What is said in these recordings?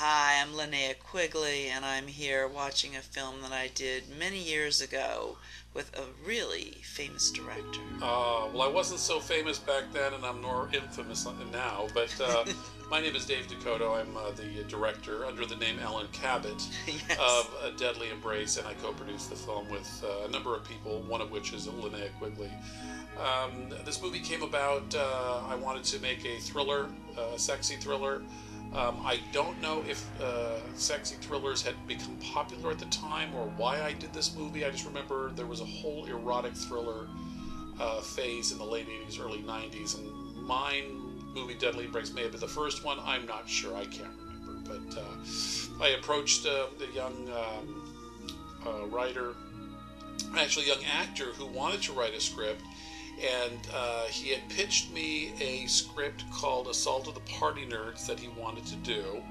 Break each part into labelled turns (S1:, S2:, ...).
S1: I'm Linnea Quigley, and I'm here watching a film that I did many years ago with a really famous director.
S2: Uh, well, I wasn't so famous back then, and I'm more infamous now. But uh, my name is Dave Dakota. I'm uh, the director under the name Alan Cabot
S1: Yes.
S2: of A Deadly Embrace, and I co-produced the film with uh, a number of people, one of which is Linnea Quigley. Um, this movie came about. Uh, I wanted to make a thriller, uh, a sexy thriller. Um, I don't know if uh, sexy thrillers had become popular at the time or why I did this movie. I just remember there was a whole erotic thriller uh, phase in the late 80s, early 90s, and mine, movie Deadly Embrace, may have been the first one. I'm not sure. I can't remember. But uh, I approached uh, the young um, uh, writer, actually, young actor who wanted to write a script. And uh, he had pitched me a script called Assault of the Party Nerds that he wanted to do.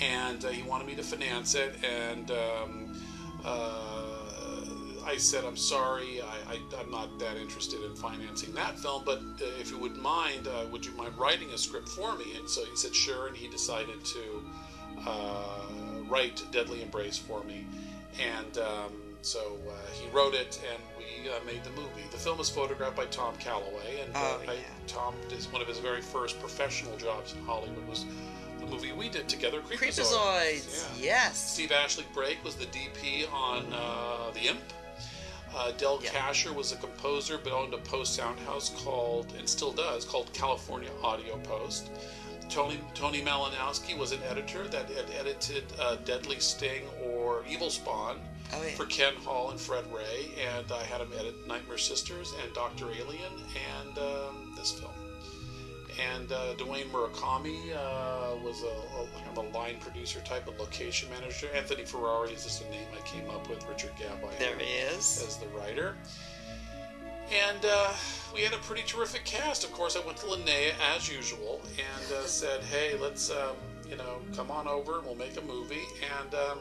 S2: And uh, he wanted me to finance it. And um, uh, I said, I'm sorry, I, I, I'm not that interested in financing that film, but uh, if you wouldn't mind, uh, would you mind writing a script for me? And so he said, sure, and he decided to uh, write Deadly Embrace for me. And um, so uh, he wrote it, and we uh, made the movie. The film was photographed by Tom Calloway, and
S1: Oh,
S2: uh, I-
S1: yeah.
S2: Tom is one of his very first professional jobs in Hollywood was the movie we did together,
S1: Creepazoids.
S2: Yeah.
S1: Yes.
S2: Steve Ashley Brake was the DP on uh, The Imp. Uh, Del
S1: Yeah.
S2: Casher was a composer, but owned a post sound house called, and still does, called California Audio Post. Tony Tony Malinowski was an editor that had edited uh, Deadly Sting or Evil Spawn
S1: Oh yeah.
S2: for Ken Hall and Fred Ray, and I had him edit Nightmare Sisters and Doctor Alien and um, this film. And uh, Dwayne Murakami uh, was a, a kind of a line producer type of location manager. Anthony Ferrari is just a name I came up with. Richard Gabby
S1: There he is.
S2: as the writer. And uh, we had a pretty terrific cast. Of course, I went to Linnea as usual and uh, said, "Hey, let's um, you know come on over and we'll make a movie." And um,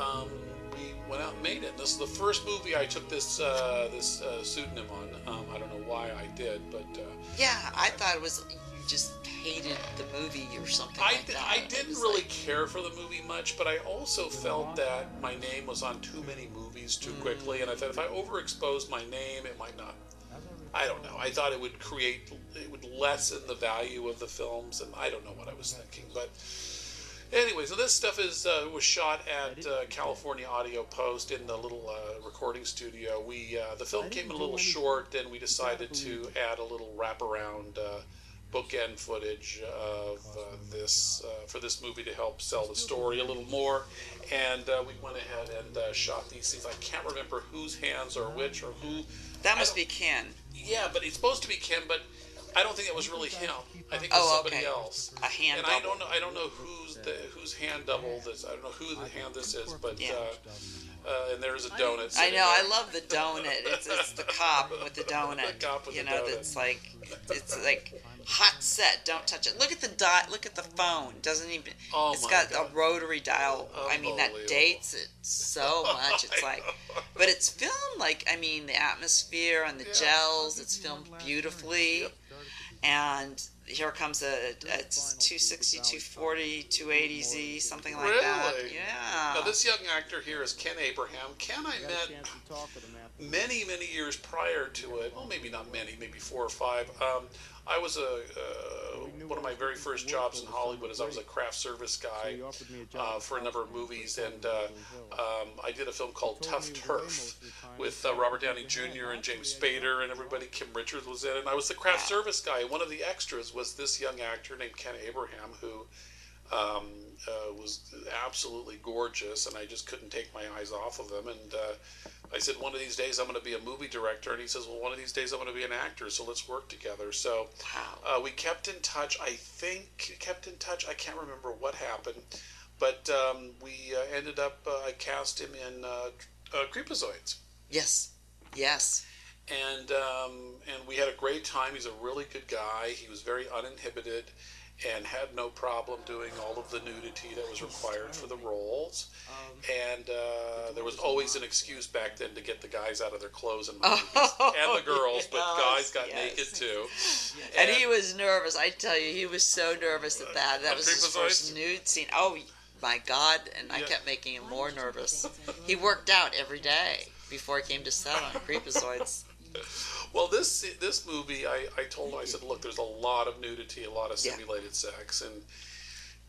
S2: um, we went out and made it. This is the first movie I took this uh, this uh, pseudonym on. Um, I don't know why I did, but uh,
S1: Yeah, I thought it was you just hated the movie or something
S2: I
S1: like
S2: di-
S1: that.
S2: I
S1: It
S2: didn't
S1: was
S2: really
S1: like,
S2: care for the movie much, but I also felt that my name was on too many movies too
S1: Hmm.
S2: quickly, and I thought if I overexposed my name, it might not I don't know. I thought it would create, it would lessen the value of the films, and I don't know what I was thinking. But anyway, so this stuff is uh, was shot at uh, California Audio Post in the little uh, recording studio. We uh, the film came a little short, and we decided to add a little wraparound uh, bookend footage of uh, this uh, for this movie to help sell the story a little more. And uh, we went ahead and uh, shot these scenes. I can't remember whose hands are which or who.
S1: that
S2: I
S1: must
S2: don't-
S1: be Ken.
S2: yeah, but it's supposed to be Kim, but I don't think it was really him. I think it was
S1: Oh,
S2: somebody
S1: okay.
S2: else.
S1: A hand
S2: And I
S1: double.
S2: don't know. I don't know who's the whose hand double this. I don't know who the hand this is, but
S1: Yeah.
S2: uh, uh, and there is a donut.
S1: I
S2: sitting
S1: know. I
S2: there.
S1: love the donut. It's, it's the cop with the donut.
S2: The cop with
S1: you
S2: the
S1: know,
S2: donut.
S1: that's like it's like hot set. Don't touch it. Look at the dot. Look at the phone. Doesn't even.
S2: Oh
S1: it's
S2: my
S1: got
S2: God.
S1: a rotary dial. I mean, that
S2: Unbelievable.
S1: dates it so much. It's
S2: I
S1: like,
S2: know.
S1: but it's filmed like I mean, the atmosphere and the
S2: Yeah.
S1: gels. It's filmed beautifully. And here comes a it's 260, 240, 280 Z, something like that.
S2: Really?
S1: Yeah.
S2: Now this young actor here is Ken Abraham. Ken I met many, many years prior to it, well, maybe not many, maybe four or five, um, I was a uh, one of my very first jobs in Hollywood is I was a craft service guy uh, for a number of movies, and uh, um, I did a film called Tough Turf with uh, Robert Downey Jr. and James Spader and everybody. Kim Richards was in, it, and I was the craft
S1: Wow.
S2: service guy. One of the extras was this young actor named Ken Abraham who um, uh, was absolutely gorgeous, and I just couldn't take my eyes off of him. And uh, I said, one of these days I'm going to be a movie director, and he says, well, one of these days I'm going to be an actor, so let's work together. So
S1: Wow.
S2: uh, we kept in touch. I think kept in touch. I can't remember what happened, but um, we uh, ended up. Uh, I cast him in uh, uh, Creepazoids
S1: Yes. Yes.
S2: and um, and we had a great time. He's a really good guy. He was very uninhibited, and had no problem doing all of the nudity that was required for the roles.
S1: Um,
S2: And uh, there was always an excuse back then to get the guys out of their clothes and movies. and the girls, but guys got
S1: Oh, yes.
S2: naked too.
S1: And he was nervous. I tell you, he was so
S2: Uh,
S1: nervous at that. That
S2: I
S1: was
S2: think
S1: his
S2: it was
S1: first nude scene. Oh my God! And I
S2: Yeah.
S1: kept making him more nervous. He worked out every day before he came to set on Creepazoids.
S2: Well, this this movie, I, I told him, I said, look, there's a lot of nudity, a lot of
S1: Yeah.
S2: simulated sex, and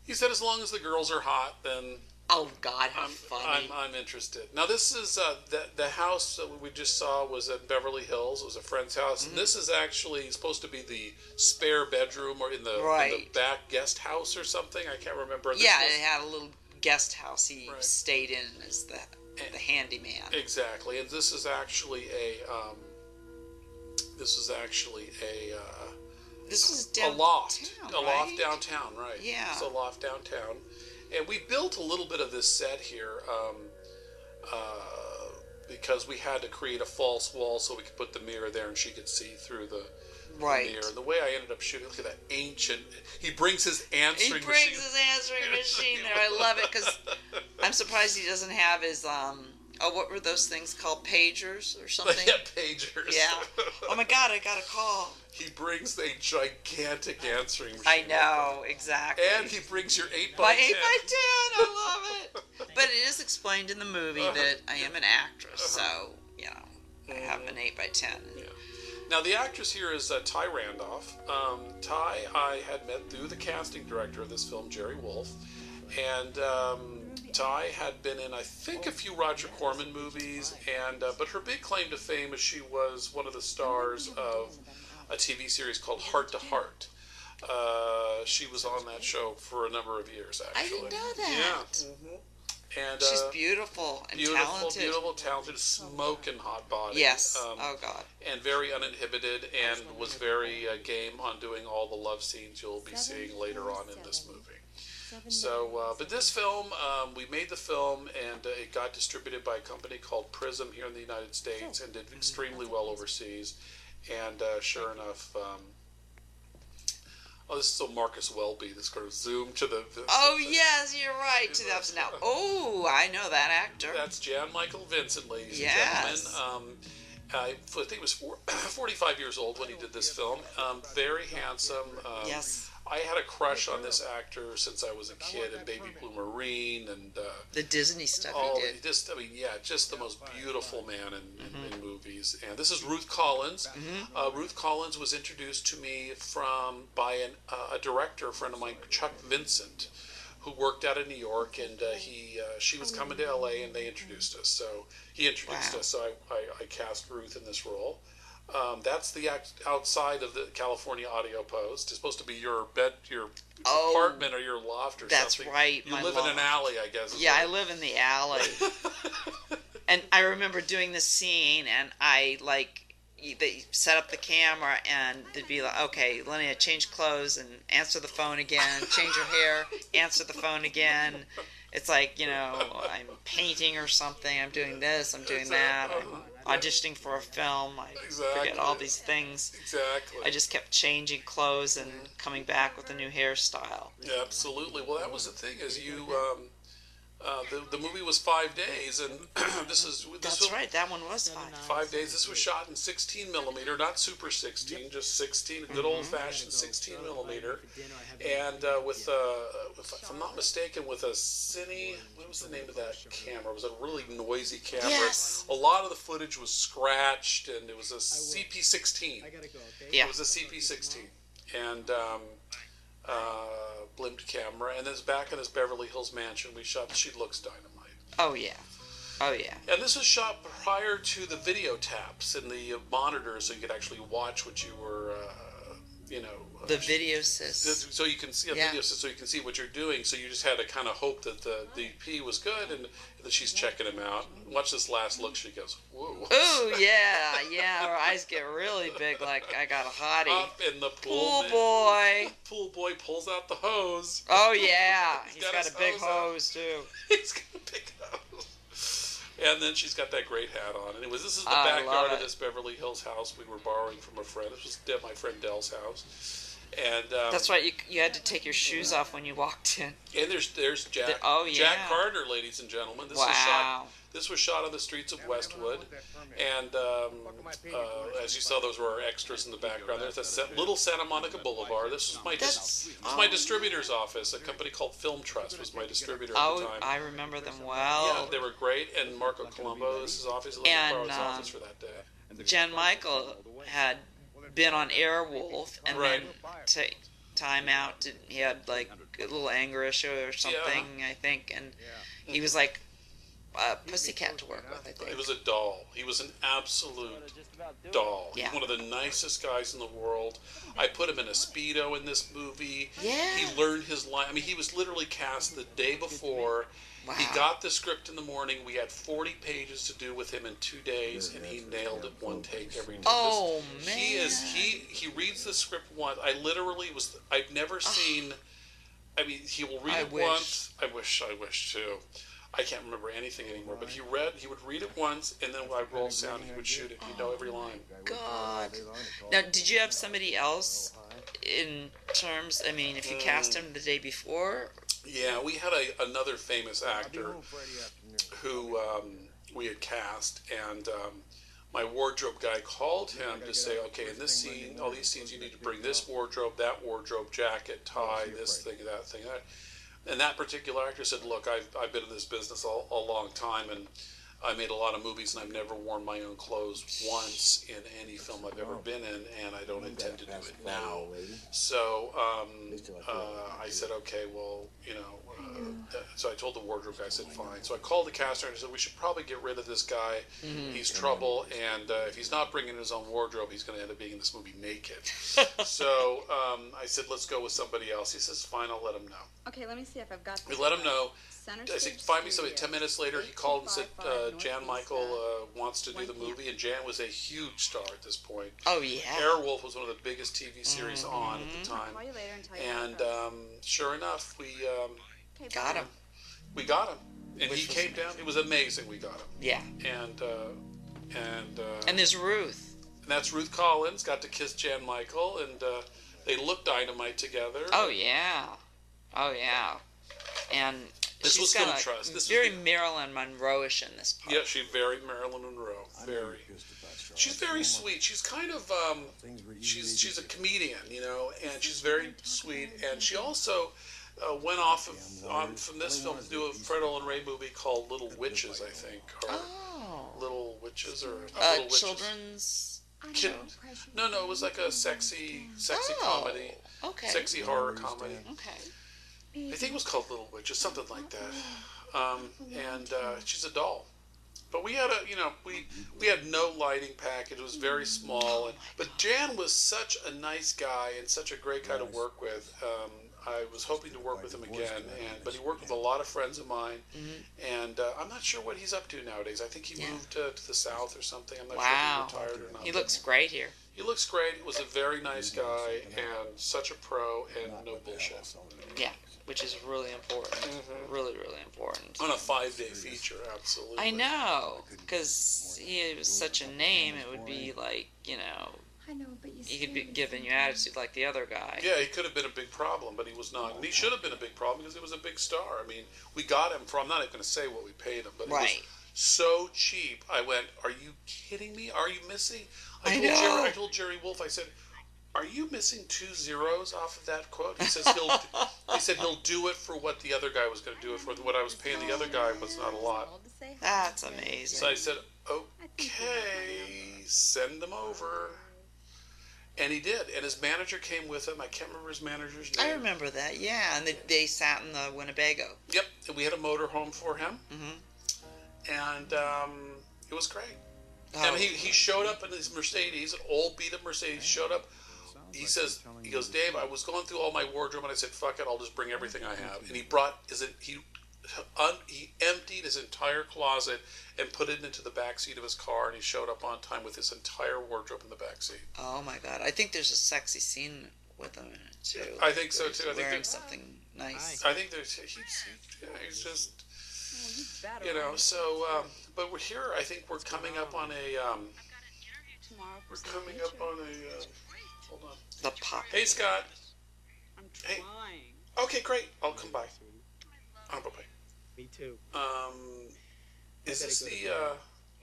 S2: he said, as long as the girls are hot, then
S1: Oh God, how
S2: I'm
S1: funny!
S2: I'm, I'm interested. Now, this is uh, the the house that we just saw was at Beverly Hills. It was a friend's house.
S1: Mm-hmm.
S2: And this is actually supposed to be the spare bedroom or in the, in the
S1: Right.
S2: back guest house or something. I can't remember. This
S1: yeah,
S2: was-
S1: it had a little guest house he
S2: Right.
S1: stayed in as the the handyman.
S2: Exactly, and this is actually a um, this is actually a uh,
S1: this was
S2: a
S1: downtown,
S2: loft, a
S1: right?
S2: loft downtown, right?
S1: Yeah.
S2: it's a loft downtown, and we built a little bit of this set here um, uh, because we had to create a false wall so we could put the mirror there and she could see through the.
S1: Right.
S2: Mirror. The way I ended up shooting, look at that ancient. He brings his
S1: He
S2: answering
S1: brings
S2: machine.
S1: his answering machine there. I love it because I'm surprised he doesn't have his um. Oh, what were those things called? Pagers or something?
S2: yeah, pagers.
S1: Yeah. Oh my God, I got a call.
S2: He brings a gigantic answering machine.
S1: I know exactly.
S2: And he brings your 8 by
S1: my
S2: 10
S1: eight by ten. I love it. Uh-huh. But it is explained in the movie that I am an actress, so you know I have an eight by ten.
S2: Now, the actress here is uh, Ty Randolph. Um, Ty, I had met through the casting director of this film, Jerry Wolf. And um, Ty had been in, I think, a few Roger Corman movies. And uh, But her big claim to fame is she was one of the stars of a TV series called Heart to Heart. Uh, she was on that show for a number of years,
S1: I
S2: actually.
S1: didn't know that.
S2: Yeah. And,
S1: She's
S2: uh,
S1: beautiful and
S2: beautiful,
S1: talented.
S2: beautiful, talented, smoking hot body.
S1: Yes.
S2: Um,
S1: oh God.
S2: and very uninhibited and was very uh, game on doing all the love scenes you'll be seeing later on in this movie. So, uh, but this film, um, we made the film and uh, it got distributed by a company called Prism here in the United States and did extremely well overseas. And uh, sure enough, um, oh, this is so Marcus Welby, this sort of zoom to the. the-
S1: Oh
S2: the-
S1: yes, you're right. Two thousand now.
S2: uh,
S1: Oh, I know that actor.
S2: That's Jan Michael Vincent, ladies
S1: Yes.
S2: and gentlemen. Um, I think he was four, 45 years old when he did this film. Um, very handsome. Um,
S1: Yes.
S2: I had a crush on this actor since I was a kid, and Baby Blue Marine, and uh,
S1: The Disney stuff
S2: all
S1: he did.
S2: Oh, just, I mean, yeah, just the most beautiful man in, in,
S1: Mm-hmm.
S2: in movies. And this is Ruth Collins. Uh, Ruth Collins was introduced to me from by an, uh, a director a friend of mine, Chuck Vincent, who worked out in New York, and uh, he uh, she was coming to L.A. and they introduced us. So he introduced
S1: Wow.
S2: us. So I, I, I cast Ruth in this role. Um, that's the act outside of the California Audio Post. It's supposed to be your bed, your
S1: Oh,
S2: apartment, or your loft, or
S1: that's
S2: something.
S1: right,
S2: You
S1: my
S2: live in an
S1: loft.
S2: alley, I guess. is
S1: Yeah,
S2: what
S1: I live in the alley. and I remember doing the scene, and I like you- they set up the camera, and they'd be like, "Okay, Linnea, change clothes and answer the phone again. Change your hair, answer the phone again." It's like you know, I'm painting or something. I'm doing this. I'm doing that. I'm auditioning for a film. I forget all
S2: uh, Exactly.
S1: these things.
S2: Exactly.
S1: I just kept changing clothes and coming back with a new hairstyle.
S2: Yeah, absolutely. Well, that was the thing is you. Um, uh, the, the movie was five days, and this is this
S1: That's
S2: was
S1: right. That one was fine.
S2: Five days. This was shot in 16 millimeter, not super 16, just 16,
S1: Mm-hmm.
S2: good old
S3: uh,
S2: fashioned 16 millimeter, and uh, with, uh, if, if I'm not mistaken, with a Cine. What was the name of that camera? It was a really noisy camera.
S1: Yes.
S2: A lot of the footage was scratched, and it was a CP16.
S1: Yeah.
S2: It was a CP16 and um, uh, blimped camera. And this back in this Beverly Hills mansion, we shot She Looks Dynamite.
S1: Oh yeah. Oh yeah.
S2: And this was shot prior to the video taps and the uh, monitors, so you could actually watch what you were, uh, you know. uh,
S1: The video sis.
S2: so you can see a
S1: Yeah.
S2: video, so you can see what you're doing. So you just had to kind of hope that the DP was good, and that she's checking him out. Watch this last look. She goes, "Whoa!"
S1: Ooh yeah, yeah. Her eyes get really big, like I got a hottie.
S2: Up in the pool.
S1: Pool
S2: man.
S1: boy.
S2: Pool boy pulls out the hose.
S1: Oh yeah, he's
S2: got
S1: got
S2: his
S1: a big
S2: hose out.
S1: hose too.
S2: He's gonna pick it up. And then she's got that great hat on. And it was this is the
S1: I love
S2: backyard of
S1: it.
S2: this Beverly Hills house we were borrowing from a friend. This was De- my friend Dell's house. And um,
S1: That's right. You, you had to take your shoes off when you walked in.
S2: And there's there's Jack
S1: The- oh,
S2: Jack
S1: yeah.
S2: Carter, ladies and gentlemen. This was shot
S1: Wow.
S2: this was shot on the streets of Westwood, and um, uh, as you saw, those were our extras in the background. There's a set, little Santa Monica Boulevard. This was my dis-
S1: That's-
S2: this was my distributor's office. A company called Film Trust was my distributor at the
S1: Oh,
S2: time.
S1: I remember them well.
S2: yeah, they were great. And Marco Colombo. This is obviously
S1: Oh. And,
S2: Farrow's
S1: um,
S2: office for that day.
S1: Jan Michael had been on Airwolf and
S2: Right.
S1: then take time out. To, he had like a little anger issue or something, I think, and he was like uh, a pussycat to work with. I
S2: He
S1: think.
S2: was a doll. He was an absolute doll. He's
S1: Yeah.
S2: one of the nicest guys in the world. I put him in a speedo in this movie.
S1: Yeah.
S2: He learned his line. I mean, he was literally cast the day before. He
S1: Wow.
S2: got the script in the morning. We had 40 pages to do with him in two days, and he nailed it one take every time.
S1: Oh,
S2: He is
S1: man.
S2: he he reads the script once. I literally was I've never seen. I mean, he will read
S1: I
S2: it
S1: wish.
S2: once. I wish. I wish too. I can't remember anything anymore. But he read. He would read it once, and then when I roll sound, he would shoot it. He'd know every line.
S1: Oh, God. Now, did you have somebody else in terms? I mean,
S2: Hmm.
S1: if you cast him the day before,
S2: Yeah, we had a, another famous actor who um, we had cast, and um, my wardrobe guy called him to say, okay, in this scene, all these scenes, you need to bring this wardrobe, that wardrobe, jacket, tie, this thing, that thing. That. And that particular actor said, look, I've, I've been in this business all, a long time, and I made a lot of movies, and I've never worn my own clothes once in any film I've ever been in, and I don't intend to do it now. So um, uh, I said, okay, well, you know. Uh, uh, so I told the wardrobe guy, I said, fine. So I called the caster and I said, we should probably get rid of this guy. He's trouble, and uh, if he's not bringing his own wardrobe, he's going to end up being in this movie naked. so um, I said, let's go with somebody else. He says, fine, I'll let him know.
S4: Okay, let me see if I've got.
S2: uh, We
S4: this
S2: let him
S4: right.
S2: know.
S4: Center
S2: I
S4: Stage
S2: think five minutes,
S4: Studios.
S2: ten minutes later, he called and said, uh,
S4: 8255
S2: Jan
S4: Northeast
S2: Michael
S4: Ave.
S2: uh, wants to do the
S4: 1 p.m.
S2: movie, and Jan was a huge star at this point.
S1: oh yeah,
S2: Airwolf was one of the biggest TV series on at the time.
S4: Call you later and tell you about
S2: And
S4: that.
S2: um, sure enough, we um,
S4: Okay,
S1: got
S4: bye.
S1: him.
S2: we got him, and
S1: Which
S2: he
S1: was
S2: came down. It was amazing. We got him,
S1: Yeah,
S2: and uh, and, uh, and
S1: and there's Ruth.
S2: that's Ruth Collins. Got to kiss Jan Michael, and uh, they looked dynamite together.
S1: Oh yeah, oh yeah, and
S2: This
S1: she's
S2: was
S1: got
S2: Film
S1: a
S2: Trust. This was
S1: very
S2: the-
S1: Marilyn Monroe-ish in this part.
S2: yeah, she very Marilyn Monroe. Very. She's very sweet. She's kind of um, she's she's a comedian, you know, and she's very sweet. And she also uh, went off of, on, from this film to do a Fred Olin Ray movie called Little Witches, I think, or
S1: Oh,
S2: Little Witches, or
S1: uh,
S2: Little Witches.
S1: children's.
S4: I
S2: Kid-
S4: know, precious.
S2: No, no, it was like a sexy, sexy
S1: Oh,
S2: comedy,
S1: Okay.
S2: sexy horror comedy.
S1: Okay.
S2: I think it was called Little Witches, something like that.
S1: Oh.
S2: Um, and uh, she's a doll. But we had a, you know, we we had no lighting package. It was
S1: Mm.
S2: very
S1: Oh
S2: small. And, but Jan was such a nice guy and such a great guy to work with. Um, I was hoping to work with him again, and but he worked with a lot of friends of mine. And uh, I'm not sure what he's up to nowadays. I think he
S1: Mm-hmm. Yeah.
S2: moved uh, to the south or something. I'm not
S1: Wow.
S2: sure if he retired or not.
S1: He looks great here.
S2: he looks great. He was a very nice guy and such a pro and no bullshit.
S1: Yeah, which is really important.
S2: Mm-hmm.
S1: Really, really important.
S2: on a five day feature, absolutely.
S1: I know, because he was such a name. It would be like you know,
S4: I know, but you.
S1: you could be
S4: stayed.
S1: given your attitude like the other guy.
S2: Yeah, he could have been a big problem, but he was not. And he should have been a big problem because he was a big star. I mean, we got him for, I'm not even going to say what we paid him, but it
S1: Right.
S2: was so cheap. I went, Are you kidding me? Are you missing? I,
S1: I
S2: told
S1: know.
S2: Jerry, I told Jerry Wolf, I said, are you missing two zeros off of that quote? He says he'll. he said he'll do it for what the other guy was going to do it for. What I was paying the other guy was not a lot.
S4: Called to say hi.
S1: That's amazing.
S2: So I said, okay, send them over. And he did. And his manager came with him. I can't remember his manager's name.
S1: I remember that. Yeah, and they, they sat in the Winnebago.
S2: Yep. And we had a motor home for him.
S1: Mm-hmm.
S2: And um, it was great.
S1: Oh.
S2: And he, he showed up in his Mercedes, an old beat up Mercedes, showed up. He says, he goes, Dave, I was going through all my wardrobe and I said, fuck it, I'll just bring everything I have. And he brought, is it, he, un, he emptied his entire closet and put it into the back seat of his car and he showed up on time with his entire wardrobe in the back seat.
S1: Oh my god! I think there's a sexy scene with him in it too.
S2: I think so
S1: Where he's
S2: too. I think
S1: wearing
S2: that-
S1: something nice.
S2: I think there's, he's, he, yeah, he's just,
S4: Well, you better
S2: you know,
S4: write
S2: so, um, but we're here, I think we're coming up on a, um,
S4: tomorrow. for
S2: we're
S4: some
S2: coming
S4: feature.
S2: up on a, uh, hold on.
S1: The pop.
S2: Hey, Scott. Hey.
S5: trying.
S2: Okay, great. I'll come by. I'll come by.
S3: Me too.
S2: Um, is
S3: I
S2: this
S3: better go to
S2: the uh,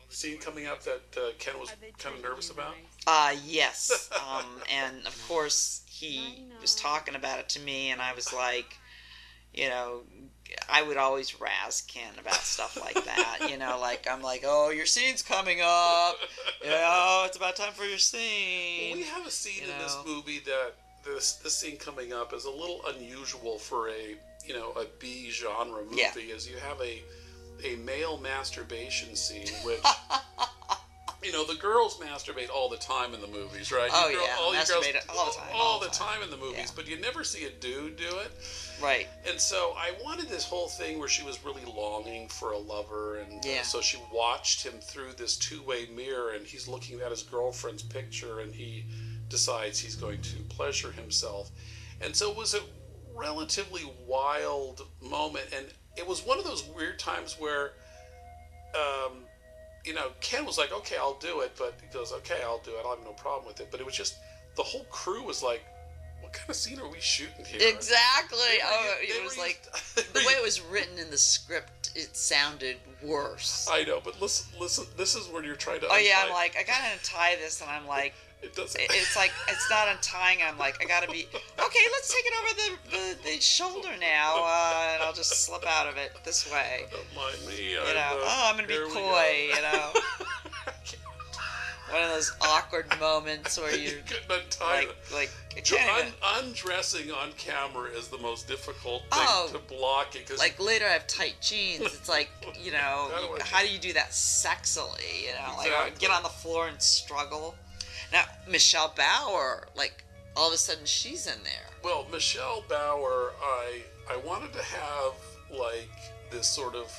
S2: scene coming up that uh, Ken was
S4: Are they
S2: kind
S4: treating
S2: of nervous
S4: you
S2: about?
S4: nice?
S1: Uh, yes. Um, and of course, he was talking about it to me, and I was like, you know, I would always razz Ken about stuff like that. You know, like, I'm like, oh, your scene's coming up. You know, it's about time for your
S2: We
S1: scene.
S2: have a scene
S1: you
S2: in this
S1: know.
S2: movie that this this scene coming up is a little unusual for a you know a B genre movie.
S1: Yeah.
S2: Is you have a a male masturbation scene, which you know the girls masturbate all the time in the movies, right? You
S1: Oh, yeah, masturbate all the time,
S2: all
S1: all
S2: the
S1: the time.
S2: time in the movies,
S1: Yeah.
S2: but you never see a dude do it.
S1: Right.
S2: And so I wanted this whole thing where she was really longing for a lover, and uh,
S1: Yeah.
S2: so she watched him through this two-way mirror, and he's looking at his girlfriend's picture, and he decides he's going to pleasure himself. And so it was a relatively wild moment, and it was one of those weird times where, um, you know, Ken was like, "Okay, I'll do it," but he goes, "Okay, I'll do it. I have no problem with it." But it was just the whole crew was like, "What kind of scene are we shooting here?"
S1: Exactly.
S2: They were
S1: Oh,
S2: used- they
S1: it
S2: were
S1: was
S2: used-
S1: like,
S2: they
S1: the
S2: were
S1: way it was written in the script, it sounded worse.
S2: I know, but listen, listen. This is when you're trying to.
S1: Oh, yeah, I'm
S2: untie-
S1: like, I gotta untie this, and I'm like,
S2: it doesn't.
S1: It- it's like it's not untying. I'm like, I gotta be okay. Let's take it over the the, the shoulder now, uh, and I'll just slip out of it this way.
S2: Don't mind me.
S1: You know, oh, I'm gonna be coy. You know, one of those awkward moments where
S2: you
S1: you
S2: couldn't untie
S1: like
S2: it.
S1: like I
S2: Dr-
S1: can't even.
S2: un- undressing on camera is the most difficult thing
S1: Oh.
S2: to block it because
S1: Like later, I have tight jeans. It's like you know,
S2: How do I-
S1: how do you do that sexily? You know, like I would
S2: Exactly.
S1: get on the floor and struggle. Now Michelle Bauer, like all of a sudden she's in there.
S2: Well, Michelle Bauer, I I wanted to have like this sort of.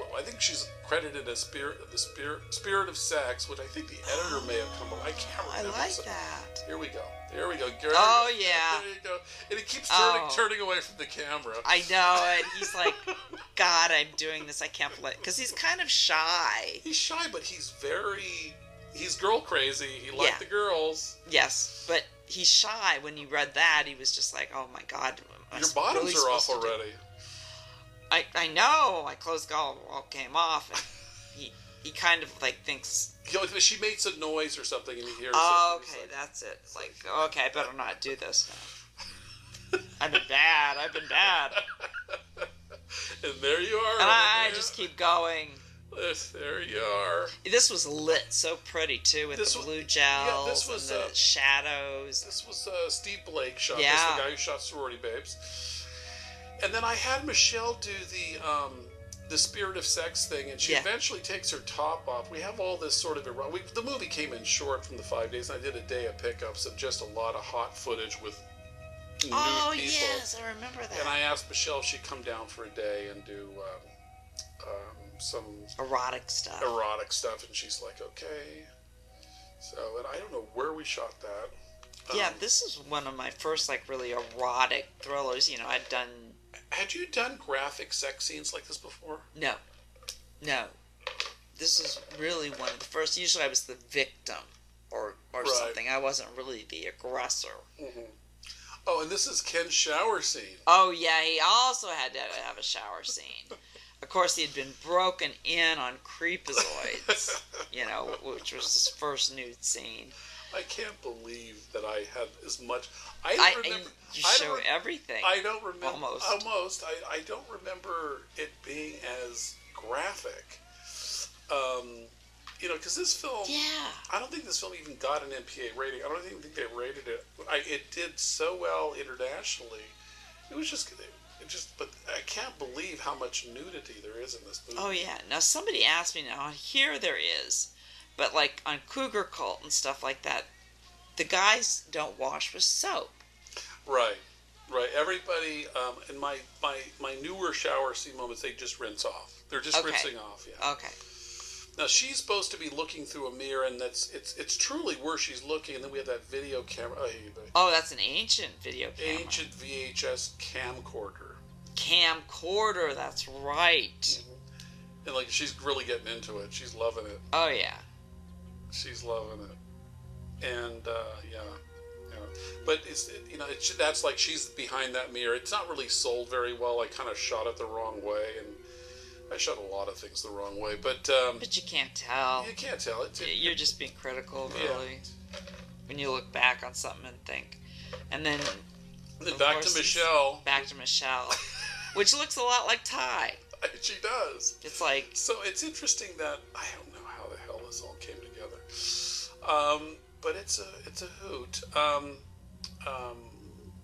S2: Well, I think she's credited as spirit, the spirit, spirit of sex, which I think the editor may have come. up- I can't
S1: I
S2: remember.
S1: like
S2: So-
S1: that.
S2: Here we go. Here we go. Gary,
S1: Oh, yeah.
S2: There you go. And it keeps turning,
S1: Oh.
S2: turning away from the camera.
S1: I know it. He's like, God, I'm doing this. I can't believe because he's kind of shy.
S2: He's shy, but he's very. He's girl crazy. He liked
S1: Yeah.
S2: the girls.
S1: Yes, but he's shy. When he read that, he was just like, Oh my God. am I
S2: Your bottoms
S1: really
S2: are off
S1: supposed to do-"
S2: already.
S1: I I know. My clothes all, all came off. And he he kind of like thinks,
S2: You know, if she makes a noise or something, and he hears
S1: Oh,
S2: it. He's
S1: okay,
S2: like,
S1: that's it. Like, okay, I better not do this. now." I've been bad. I've been bad,
S2: And there you are.
S1: and I, I
S2: over
S1: just keep going.
S2: there. There you are.
S1: This was lit so pretty too with
S2: This
S1: the
S2: was-
S1: blue
S2: yeah,
S1: gels
S2: this was,
S1: and the
S2: uh,
S1: shadows.
S2: This was uh, Steve Blake shot. This
S1: Yeah.
S2: the guy who shot Sorority Babes. And then I had Michelle do the um, the spirit of sex thing, and she
S1: Yeah.
S2: eventually takes her top off. We have all this sort of ero- we, the movie came in short from the five days, and I did a day of pickups of just a lot of hot footage with nude
S1: Oh
S2: people.
S1: yes, I remember that.
S2: And I asked Michelle if she'd come down for a day and do um, um, some
S1: Erotic stuff.
S2: erotic stuff, and she's like, okay. So, and I don't know where we shot that.
S1: yeah,
S2: Um,
S1: this is one of my first like really erotic thrillers. You know, I'd done
S2: Had you done graphic sex scenes like this before?
S1: no, no. This is really one of the first. Usually, I was the victim or or
S2: Right.
S1: something. I wasn't really the aggressor.
S2: Oh, and this is Ken's shower scene.
S1: Oh yeah, he also had to have a shower scene. Of course, he had been broken in on creepazoids, you know, which was his first nude scene.
S2: I can't believe that I had as much. I
S1: I,
S2: don't
S1: and
S2: remember.
S1: you
S2: I
S1: show
S2: don't, re-
S1: everything.
S2: I don't remember.
S1: almost.
S2: Almost. I, I don't remember it being as graphic. Um, you know, because this film.
S1: yeah.
S2: I don't think this film even got an MPA rating. I don't even think they rated it. I, it did so well internationally. It was just, it just. But I can't believe how much nudity there is in this movie.
S1: Oh yeah. Now somebody asked me. Now here there is, but like on Cougar Cult and stuff like that, the guys don't wash with soap.
S2: Right, right. Everybody, um, in my my my newer shower scene moments, they just rinse off. They're just
S1: Okay.
S2: rinsing off. Yeah.
S1: Okay.
S2: Now she's supposed to be looking through a mirror, and that's it's it's truly where she's looking. And then we have that video camera, uh, the
S1: Oh, that's an ancient video camera.
S2: ancient VHS camcorder,
S1: camcorder. That's right.
S2: and like she's really getting into it. She's loving it.
S1: Oh yeah.
S2: She's loving it. And uh, yeah, yeah. know. But it's you know it's that's like she's behind that mirror. It's not really sold very well. I kind of shot it the wrong way, and I shot a lot of things the wrong way. But um,
S1: But you can't tell.
S2: you can't tell. It's, it,
S1: You're just being critical,
S2: Yeah.
S1: really, when you look back on something and think. And then
S2: Then
S1: Of
S2: back
S1: course
S2: to
S1: it's-
S2: Michelle.
S1: back to Michelle, which looks a lot like Ty.
S2: She does.
S1: It's like,
S2: So it's interesting that I don't know how the hell this all came together, um, but it's a it's a hoot. Um, um,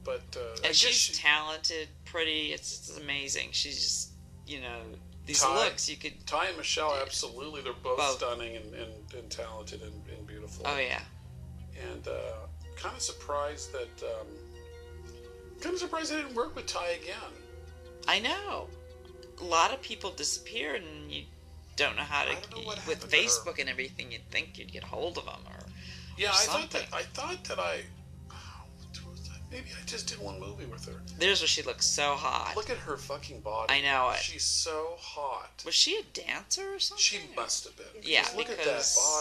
S2: but uh, I
S1: and
S2: guess
S1: she's
S2: she-
S1: talented, pretty. It's, it's amazing. She's just, you know, these
S2: Ty.
S1: looks you could.
S2: Ty and Michelle, absolutely, they're both,
S1: Both.
S2: stunning and, and, and talented and, and beautiful.
S1: Oh yeah,
S2: And uh, kind of surprised that um, kind of surprised I didn't work with Ty again.
S1: I know. A lot of people disappear, and you don't know how to.
S2: I don't know what
S1: with
S2: happened to her.
S1: Facebook and everything, you'd think you'd get hold of them, or
S2: Yeah, I thought that
S1: something.
S2: I thought that I maybe I just did one movie with her.
S1: there's where she looks so hot.
S2: Look at her fucking body.
S1: I know it.
S2: She's so hot.
S1: Was she a dancer or something?
S2: She
S1: or-
S2: must have been.
S1: Yeah,
S2: Just look
S1: because
S2: at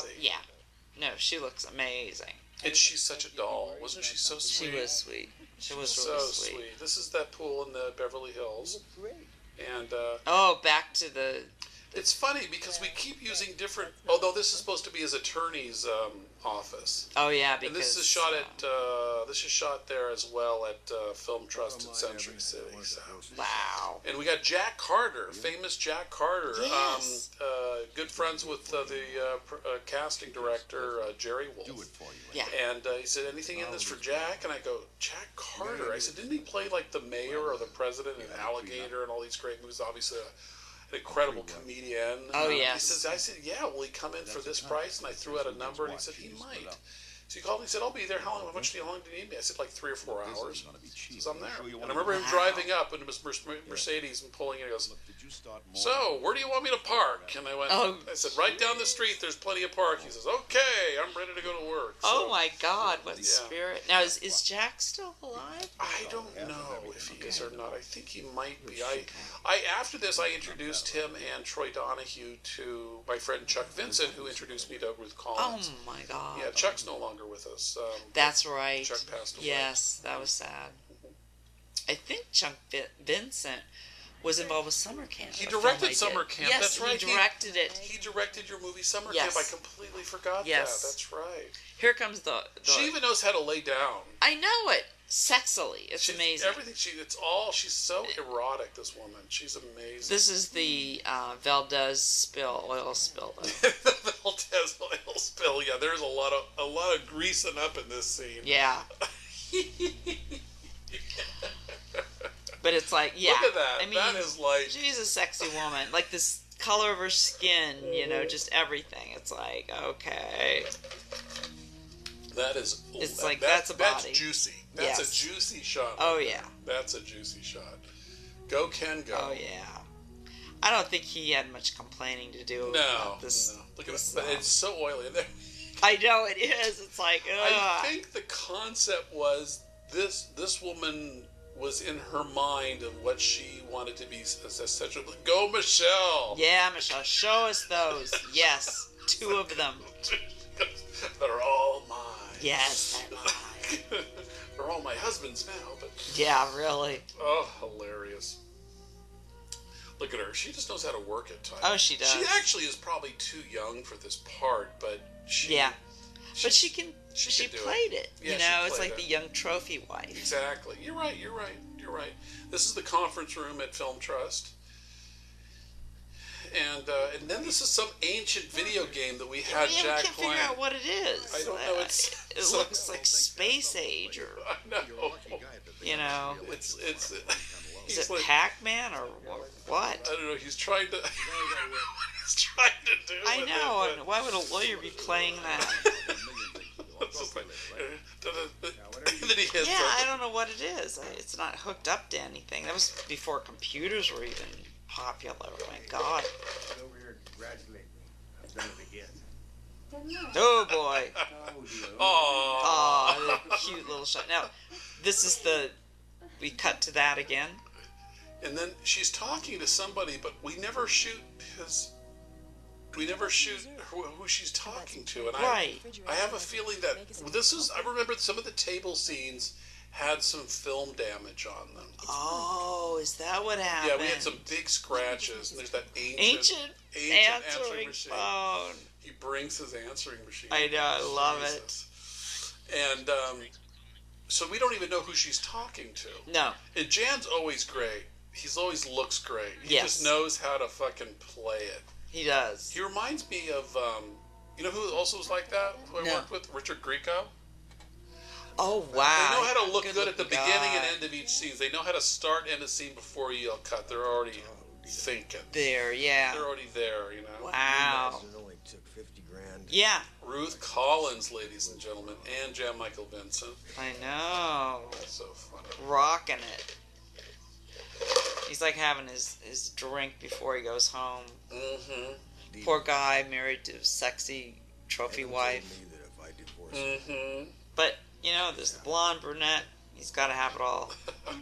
S2: that body.
S1: yeah, no, she looks amazing.
S2: And she's such a doll. Wasn't she so
S1: She
S2: sweet?
S1: was sweet. She was
S2: so
S1: really
S2: sweet.
S1: sweet.
S2: This is that pool in the Beverly Hills.
S5: Great.
S2: And uh,
S1: Oh, back to the
S2: It's funny because we keep using different. Although this is supposed to be his attorney's um, office,
S1: oh yeah because
S2: and this is shot at uh, this is shot there as well at uh,
S5: Oh,
S2: Film Trust at Century uh, City. So.
S1: wow
S2: And we got Jack Carter, famous Jack Carter,
S1: Yes.
S2: um, uh, good friends with uh, the uh, pr- uh, casting director uh, Jerry
S5: Do it
S2: Wolf.
S5: for you.
S1: yeah
S2: And uh, he said, "Anything in this for Jack?" And I go, "Jack Carter." I said, "Didn't he play like the mayor or the president in Alligator and all these great movies?" Obviously, a- an incredible comedian.
S1: Oh,
S2: Uh,
S1: yes.
S2: He says, "I said, yeah. Will he come in for this price?" And I threw out a number, and he said, "He might." So he called me and said, "I'll be there. How long? How much do you, how long do you need me?" I said, "Like three or four hours." So I'm there. And I remember him driving up and it was Mer- Mercedes and pulling in. He goes,
S5: Did you start more?
S2: "So where do you want me to park?" And I went,
S1: Oh,
S2: "I said right down the street. There's plenty of park." He says, "Okay, I'm ready to go to work."
S1: oh
S2: So-
S1: my God what
S2: Yeah.
S1: spirit now is is Jack still alive
S2: I don't know if he is or not. I think he might be. I, I after this, I introduced him and Troy Donahue to my friend Chuck Vincent, who introduced me to Ruth
S1: oh
S2: Collins.
S1: my God
S2: Yeah, Chuck's no longer with us. Um,
S1: that's right
S2: Chuck passed away.
S1: yes that was sad I think Chuck Vin- Vincent was involved with summer camp
S2: He
S1: a film
S2: directed
S1: I did.
S2: Summer Camp,
S1: yes
S2: that's right,
S1: he
S2: he-
S1: directed it
S2: he directed your movie Summer
S1: Yes.
S2: Camp. I completely forgot
S1: Yes.
S2: that. That's right.
S1: here comes the, the
S2: She even knows how to lay down.
S1: I know it sexily it's
S2: She's,
S1: amazing
S2: Everything she, it's all. She's so erotic. This woman. She's amazing.
S1: this is the uh, Valdez spill oil spill though.
S2: the Valdez oil spill. Yeah, there's a lot of a lot of greasing up in this scene.
S1: Yeah. but it's like, yeah.
S2: Look at that.
S1: I mean,
S2: that is like
S1: she's a sexy woman. Like this color of her skin, you know, just everything. It's like, okay.
S2: that is.
S1: It's like, that's a body.
S2: That's juicy. That's
S1: Yes.
S2: a juicy shot.
S1: Oh yeah.
S2: That's a juicy shot. Go Ken, go.
S1: Oh yeah. I don't think he had much complaining to do
S2: No,
S1: about this.
S2: no. Look at
S1: this
S2: that.
S1: song.
S2: It's so oily. And then-
S1: I know it is. It's like,
S2: I
S1: ugh.
S2: think the concept was this: this woman was in her mind of what she wanted to be as a sexual. Go, Michelle.
S1: yeah, Michelle, show us those. Yes, two of them.
S2: They're all mine.
S1: Yes, they're mine.
S2: They're all my husband's now, but
S1: Yeah, really.
S2: oh, hilarious. Look at her. She just knows how to work at times.
S1: Oh, she does.
S2: She actually is probably too young for this part, but she.
S1: Yeah. But she can.
S2: she
S1: She,
S2: can do
S1: played it.
S2: Yeah,
S1: you
S2: she
S1: know, it's
S2: played
S1: like
S2: it.
S1: the young trophy wife.
S2: Exactly. You're right. You're right. You're right. This is the conference room at Film Trust. And uh, and then this is some ancient video game that we had
S1: yeah,
S2: Jack
S1: we can't
S2: playing.
S1: figure out what it is.
S2: I don't know,
S1: Uh,
S2: it's-
S1: it
S2: it's
S1: looks
S2: like-
S1: like space age, or
S2: I
S5: You're a
S2: know.
S5: lucky guy that they
S1: You
S5: got
S1: know.
S2: It's
S5: this really
S2: it's.
S1: is
S2: he's
S1: it
S2: like-
S1: Pac-Man or wh-
S2: I
S1: what?
S2: don't know. He's trying to. he's trying to do.
S1: I
S2: with
S1: know.
S2: It,
S1: And why would a lawyer be playing that?
S2: but it's just like, uh, and then he hits.
S1: Yeah, I
S2: something.
S1: don't know what it is. I- It's not hooked up to anything. That was before computers were even popular. Oh My God.
S3: Get over here and congratulate me. I've done it again.
S1: Oh boy.
S3: Oh, dear.
S1: Oh, cute little shot. Now, this is the. We cut to that again.
S2: And then she's talking to somebody, but we never shoot his we never shoot who, who she's talking to, and I
S1: Right.
S2: I have a feeling that this is. I remember some of the table scenes had some film damage on them.
S1: Oh, is that what happened?
S2: Yeah, we had some big scratches, and there's that ancient,
S1: ancient,
S2: ancient
S1: answering, phone.
S2: He brings his answering machine.
S1: I know, I love it.
S2: it. And um, so we don't even know who she's talking to.
S1: No,
S2: And Jan's always great. He's always looks great. He
S1: Yes.
S2: just knows how to fucking play it.
S1: he does.
S2: He reminds me of, um, you know who also was like that? Who I
S1: No.
S2: worked with? Richard Grieco.
S1: Oh wow.
S2: They know how to look good, at the
S1: Good-looking
S2: beginning and
S1: guy.
S2: end of each scene. They know how to start end a scene before you yell cut. They're already
S1: Oh,
S2: thinking.
S1: There, yeah.
S2: They're already there, you know.
S1: Wow.
S3: It only took 50 grand.
S1: Yeah,
S2: Ruth Collins, ladies and gentlemen, and Jan Michael Vincent.
S1: I know.
S2: So funny.
S1: Rocking it. He's like having his, his drink before he goes home.
S2: Mm-hmm.
S3: Deep.
S1: Poor guy married to a sexy trophy
S3: Heaven told
S1: wife.
S3: me that if I divorced her,
S2: Mm-hmm.
S1: But, you know, there's the blonde brunette. He's got to have it all.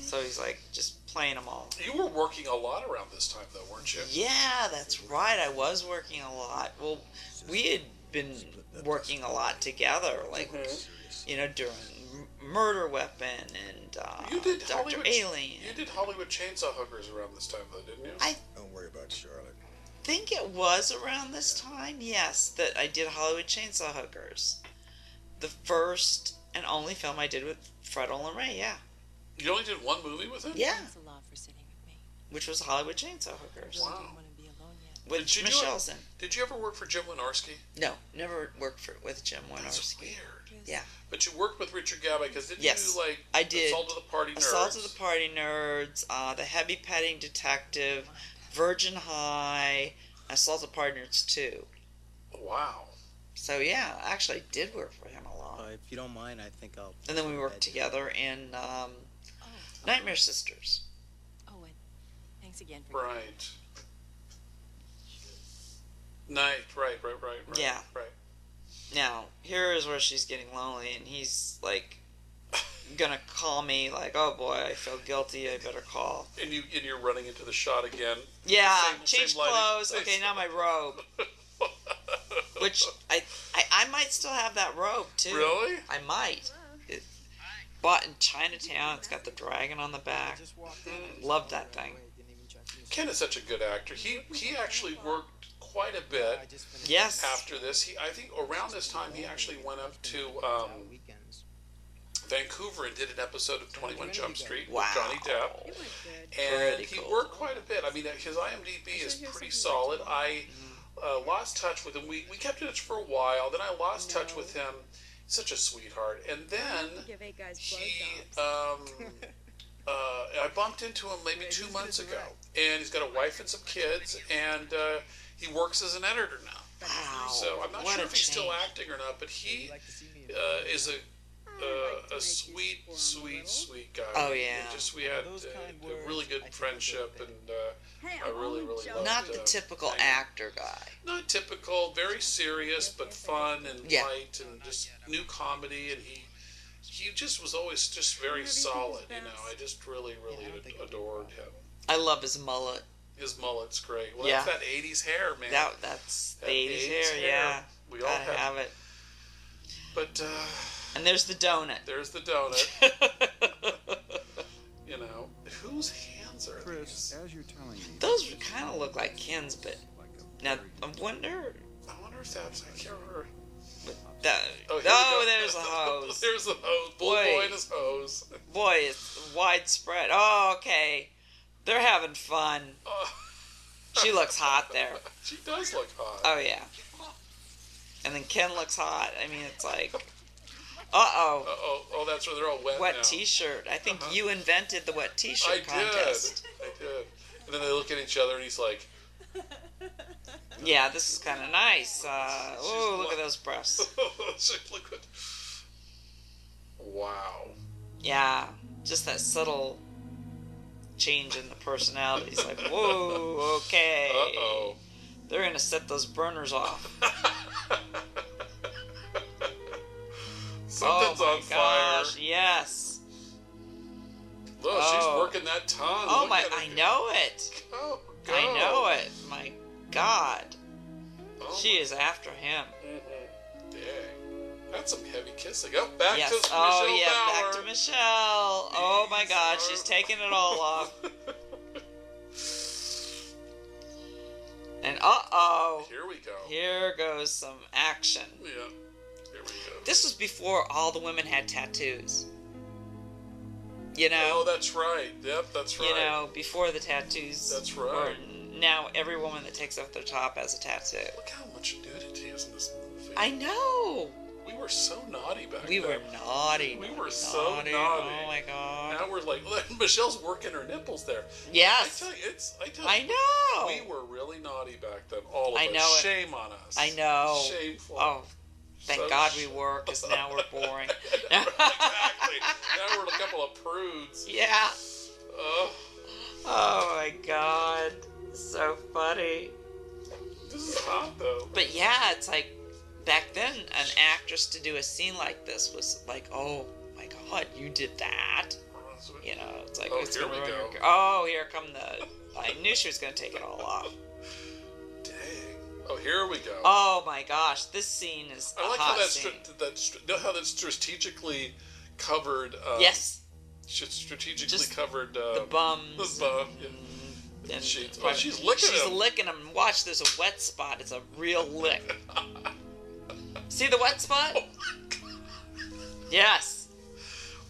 S1: So he's like just playing them all.
S2: You were working a lot around this time, though, weren't you?
S1: Yeah, that's right. I was working a lot. Well, we had been working a lot together, like
S5: Mm-hmm.
S2: Mhm.
S3: serious.
S1: you know, during M- Murder Weapon and uh,
S2: You did
S1: Doctor
S2: Hollywood.
S1: Alien.
S2: You did Hollywood Chainsaw Hookers around this time, though, didn't you?
S1: I-
S3: Don't worry about Charlotte.
S1: think it was around this time, yes, that I did Hollywood Chainsaw Hookers, the first and only film I did with Fred Olen Ray. Yeah,
S2: you only did one movie with him.
S1: yeah,
S5: Thanks a lot for sitting with me.
S1: which was Hollywood Chainsaw Hookers
S5: Really
S2: Wow.
S5: didn't want to be alone yet.
S1: with
S2: Did you do it?
S1: Michelle's in.
S2: Did you ever work for Jim Wynorski?
S1: No, never worked for with Jim
S2: That's
S1: Wynorski.
S2: weird.
S5: Yes.
S1: Yeah,
S2: But you worked with Richard Gabby because didn't
S1: Yes,
S2: you like
S1: I did.
S2: Assault of the Party Nerds?
S1: Assault of the Party Nerds, uh, The Heavy Petting Detective, Virgin High, Assault of the Party Nerds 2.
S2: Wow.
S1: So, yeah, actually, I did work for him a lot.
S6: Uh, if you don't mind, I think I'll.
S1: And then we worked together in um,
S5: Oh,
S1: Nightmare Sisters.
S5: oh, and thanks again for
S2: Right. Night. Right. Right. Right. Right.
S1: Yeah.
S2: Right.
S1: Now, here is where she's getting lonely, and he's like, gonna call me, like, oh boy, I feel guilty, I better call.
S2: And you and you're running into the shot again.
S1: Yeah,
S2: Same-
S1: change
S2: same lighting.
S1: clothes.
S2: Same
S1: Okay, now my robe. Which I, I I might still have that robe too.
S2: Really?
S1: I might. It, bought in Chinatown. It's got the dragon on the back. Mm, Love that thing.
S2: Ken is such a good actor. He he actually worked quite a bit
S1: Yes.
S2: after this. He I think around this time he actually went up to um, Vancouver and did an episode of Twenty One Jump Street
S1: Wow.
S2: with Johnny Depp.
S4: You were good.
S2: and
S1: Pretty
S2: he
S1: cool.
S2: worked quite a bit. I mean, his IMDb is
S4: Actually, here's
S2: pretty
S4: something
S2: solid. I uh, lost touch with him. We we kept in touch for a while. Then I lost touch with him. Such a sweetheart. And then
S4: Give eight guys
S2: he,
S4: blowjobs.
S2: um, uh, I bumped into him maybe two months ago, and he's got a wife and some kids, and uh, he works as an editor now.
S1: Wow.
S2: uh, So I'm not
S1: what
S2: sure
S1: a
S2: if he's still
S1: change.
S2: acting or not, but he uh, is a uh, a sweet, sweet, sweet guy.
S1: Oh,
S2: We- we
S1: yeah.
S2: Just we had
S6: Those kind
S2: uh, a
S6: words,
S2: really good
S6: I think, are
S2: friendship,
S6: good.
S2: and uh,
S4: Hey,
S2: I
S4: I'm
S2: really,
S4: only
S2: really
S4: joking.
S2: loved
S1: Not
S2: it.
S1: the typical
S2: Thank you.
S1: actor guy.
S2: not typical, very serious but fun and
S1: Yeah.
S2: light and just new comedy. And he he just was always just very
S4: Everything
S2: solid.
S4: is
S2: You know, I
S4: best.
S2: just really, really
S6: Yeah, I don't think
S2: ad- adored him.
S1: I love his mullet.
S2: His mullet's great. Well,
S1: Yeah.
S2: that's that '80s hair, man.
S1: That that's the
S2: That
S1: 80s hair. Yeah.
S2: we all
S1: Gotta
S2: have.
S1: have it.
S2: But uh,
S1: And there's the donut.
S2: there's the donut. You know, whose hands are
S7: Chris,
S2: these?
S7: as you're telling me,
S1: Those kind of look like Ken's, but
S7: like a
S1: now
S7: very
S1: I wonder
S2: I wonder if that's. I can't remember.
S1: that.
S2: Oh,
S1: Oh,
S2: here we go.
S1: there's a hose.
S2: there's the hose. Bull
S1: Boy.
S2: boy and his hose.
S1: Boy, it's widespread. Oh, okay. They're having fun.
S2: Oh.
S1: She looks hot there.
S2: She does look hot.
S1: Oh yeah. And then Ken looks hot. I mean, it's like, uh
S2: Uh
S1: oh,
S2: oh, oh, that's where they're all wet.
S1: wet
S2: now.
S1: T-shirt. I think you invented the wet
S2: I
S1: T-shirt
S2: did.
S1: contest.
S2: I did. And then they look at each other, and he's like,
S1: Yeah, this is kind of nice. Uh,
S2: She's
S1: oh, look
S2: blush.
S1: at those breasts.
S2: "She's liquid." Wow.
S1: Yeah, just that subtle change in the personalities. Like, whoa, okay,
S2: Uh oh.
S1: they're gonna set those burners off.
S2: Something's
S1: oh my
S2: on
S1: gosh,
S2: fire.
S1: yes.
S2: Look,
S1: Oh.
S2: she's working that tongue.
S1: Oh
S2: Look Oh,
S1: my!
S2: at her
S1: I
S2: go.
S1: know it.
S2: Go,
S1: I
S2: go.
S1: know it. My God.
S2: Oh
S1: She
S2: my-
S1: is after him.
S2: Mhm. Dang. That's some heavy kissing. Oh, back
S1: yes.
S2: to Michelle
S1: oh yeah,
S2: Bauer.
S1: back to Michelle. Oh my God, she's taking it all off. And uh oh,
S2: Here we go. Oh,
S1: here goes some action.
S2: Yeah. Here we go.
S1: This was before all the women had tattoos. You know,
S2: Oh, that's right. Yep, that's right.
S1: you know, before the tattoos.
S2: That's
S1: were-
S2: right.
S1: now every woman that takes off their top has a tattoo.
S2: Look how much nudity is in this movie.
S1: I know.
S2: we were so naughty back
S1: We
S2: then.
S1: were naughty.
S2: We were so naughty.
S1: Oh my god.
S2: Now we're like, Michelle's working her nipples there. I
S1: Yes.
S2: tell you, it's. I tell you,
S1: I know.
S2: We were really naughty back then. All of
S1: I
S2: us.
S1: know it.
S2: Shame on us.
S1: I know.
S2: Shameful.
S1: Oh, thank
S2: So
S1: God
S2: sh-
S1: we were, because now we're boring.
S2: exactly. now we're a couple of prudes.
S1: yeah.
S2: Ugh.
S1: Oh my god. So funny.
S2: this is hot though.
S1: But yeah, it's like back then, an actress to do a scene like this was like, oh my god, you did that. You know, it's like,
S2: Oh,
S1: it's
S2: here
S1: gonna
S2: we
S1: ruin
S2: go.
S1: your. Oh, here come the. I knew she was gonna take it all off.
S2: Dang. Oh, here we go.
S1: Oh my gosh, this scene is.
S2: I
S1: a
S2: like
S1: hot
S2: how that's
S1: scene.
S2: stri- that stri- know how that's strategically covered. Uh,
S1: Yes,
S2: sh- strategically
S1: Just
S2: covered. Uh,
S1: the bums.
S2: The bum. yeah.
S1: and
S2: she's- oh, she's licking
S1: She's
S2: him.
S1: licking him. Watch, there's a wet spot. It's a real lick. See the wet spot?
S2: Oh
S1: Yes.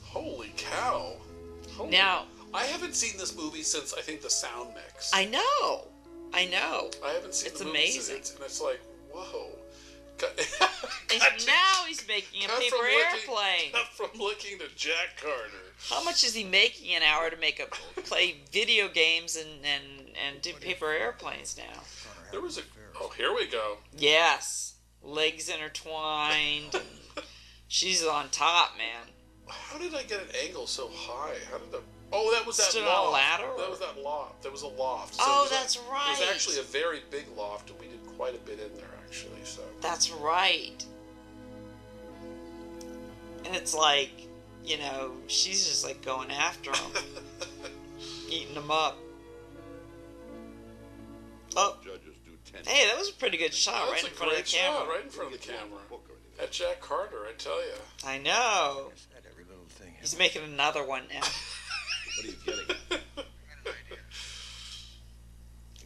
S2: Holy cow. Holy-
S1: Now-
S2: I haven't seen this movie since I think the sound mix.
S1: I know. I know.
S2: I haven't seen
S1: It's
S2: the movie since
S1: amazing.
S2: it's- and it's like, whoa. Got,
S1: He's-
S2: got to-
S1: now he's making a
S2: got
S1: paper
S2: from looking-
S1: airplane.
S2: got from looking to Jack Carter.
S1: How much is he making an hour to make a play video games and and and do paper airplanes now?
S3: Connor,
S2: There
S3: how
S2: was a.
S3: it fare?
S2: Oh, here we go.
S1: Yes, legs intertwined. and she's on top, man.
S2: How did I get an angle so high? How did the Oh, that was that
S1: Stood on a
S2: loft.
S1: ladder, or-
S2: That was that loft. There was a loft.
S1: Oh,
S2: it was a-
S1: that's
S2: It was
S1: right.
S2: actually a very big loft, and we did quite a bit in there actually. So
S1: That's right. And it's like, you know, she's just like going after him, Oh, eating him up. Oh,
S7: Judges do ten.
S1: hey, that was a pretty good shot right
S2: That's a
S1: in front of the
S2: great shot,
S1: camera.
S2: right in front of the camera. At Jack Carter, I tell you.
S1: I know.
S3: Yes, that every little thing.
S1: He's making another one now.
S7: What are you getting at?